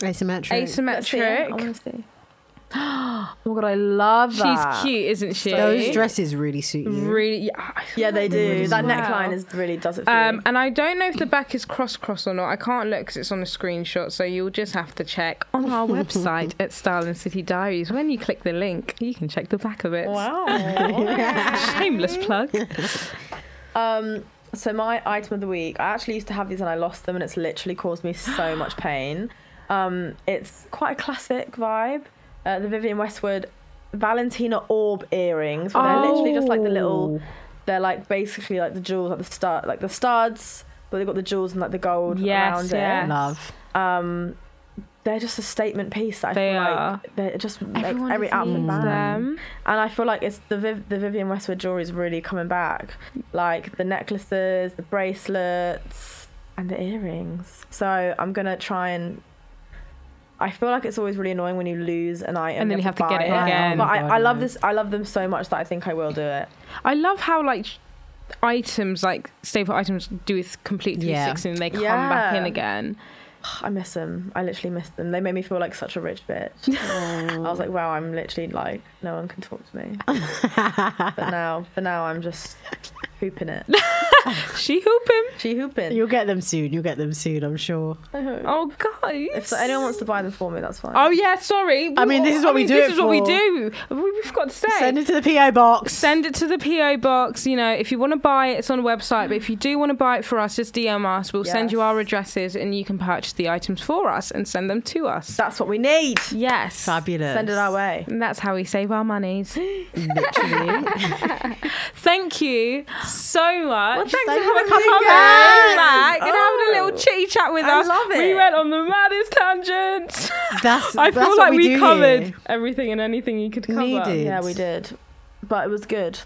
Let's see, I
Asymmetric.
wanna see. Oh my god, I love that.
She's cute, isn't she?
Those dresses really suit you.
Really, yeah. I feel
Yeah, they
like
do.
as
That
well.
neckline is really does it for
Um,
you.
and I don't know if the back is cross cross or not. I can't look because it's on a screenshot, so you'll just have to check on our website at Style and City Diaries. When you click the link, you can check the back of it.
Wow.
Shameless plug.
um, so my item of the week, I actually used to have these and I lost them, and it's literally caused me so much pain. Um, it's quite a classic vibe. Uh, the Vivian Westwood Valentina orb earrings. Where They're literally just like the little.
Oh.
They're like basically like the jewels, like the stud, like the studs, but they've got the jewels and like the gold
Yes,
around
yes.
it.
Love.
Um, they're just a statement piece. That I
They
feel
are.
Like they just make
Everyone
every
just
outfit
needs
matter.
them.
And I feel like it's the Viv- the Vivian Westwood jewelry is really coming back, like the necklaces, the bracelets, and the earrings. So I'm gonna try and. I feel like it's always really annoying when you lose an item
And then you have to get
buy
it
again.
But
Oh my
I, I
God,
love
yeah.
this. I love them so much that I think I will do it.
I love how like items, like staple items, do a complete
Yeah.
360 and they come back
Yeah.
in again.
I miss them. I literally miss them. They made me feel like such a rich bitch. I was like, wow, I'm literally like no one can talk to me. but now, but now I'm just hooping it.
She hooping.
She hooping.
You'll get them soon. You'll get them soon, I'm sure.
Oh guys.
If so- anyone wants to buy them for me, that's fine.
Oh yeah, sorry.
I mean, this is what we do it
This is what we
for.
do. We- We've got to say.
Send it to the PO box.
send it to the PO box. You know, if you want to buy it, it's on a website. But if you do want to buy it for us, just DM us. We'll send you
Yes.
our addresses, and you can purchase the items for us and send them to us.
That's what we need.
Yes.
Fabulous.
Send it our way.
And that's how we save our monies.
Literally.
Thank you so much. Well,
thanks for having me Oh.
coming
back.
back and having a little chitty chat with
I
us.
love
We
it.
went on the maddest tangents.
That's,
I
that's
feel
what
like
we,
we,
do
covered
here.
everything and anything you could cover.
We did.
Yeah, we did. But it was good.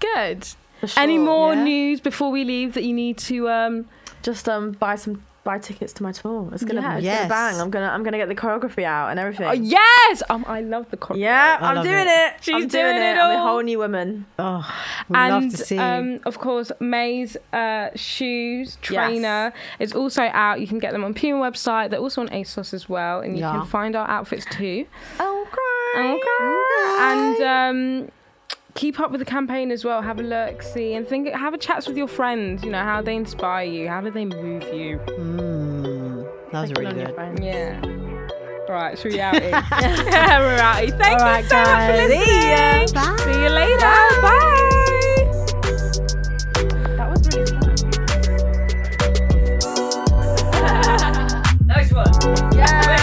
Good.
for sure.
Any more
Yeah.
news before we leave that you need to um,
Just um, buy some buy tickets to my tour. It's gonna,
Yeah.
it's
Yes.
gonna bang. I'm gonna I'm gonna get the choreography out and everything.
Oh, yes! Um, I love the choreo.
Yeah,
I
I'm
love
doing
it.
it.
She's
I'm doing,
doing
it.
it
I'm a
all.
whole new woman.
Oh, we'd
And
love to see.
Um, of course, May's uh, shoes trainer is also out. You can get them on Puma website. They're also on ASOS as well, and you
Yeah.
can find our outfits too. Oh,
Okay.
Okay. And um, keep up with the campaign as well. Have a look, see, and think. Have a chats with your friends. You know how they inspire you. How do they move you?
Mm, that was really good.
Yeah. All right, so we out. We're outie. Thank you so much for listening.
Bye.
See you later. Bye.
That was really fun.
Nice one.
Yeah.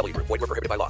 Group. Void were prohibited by law.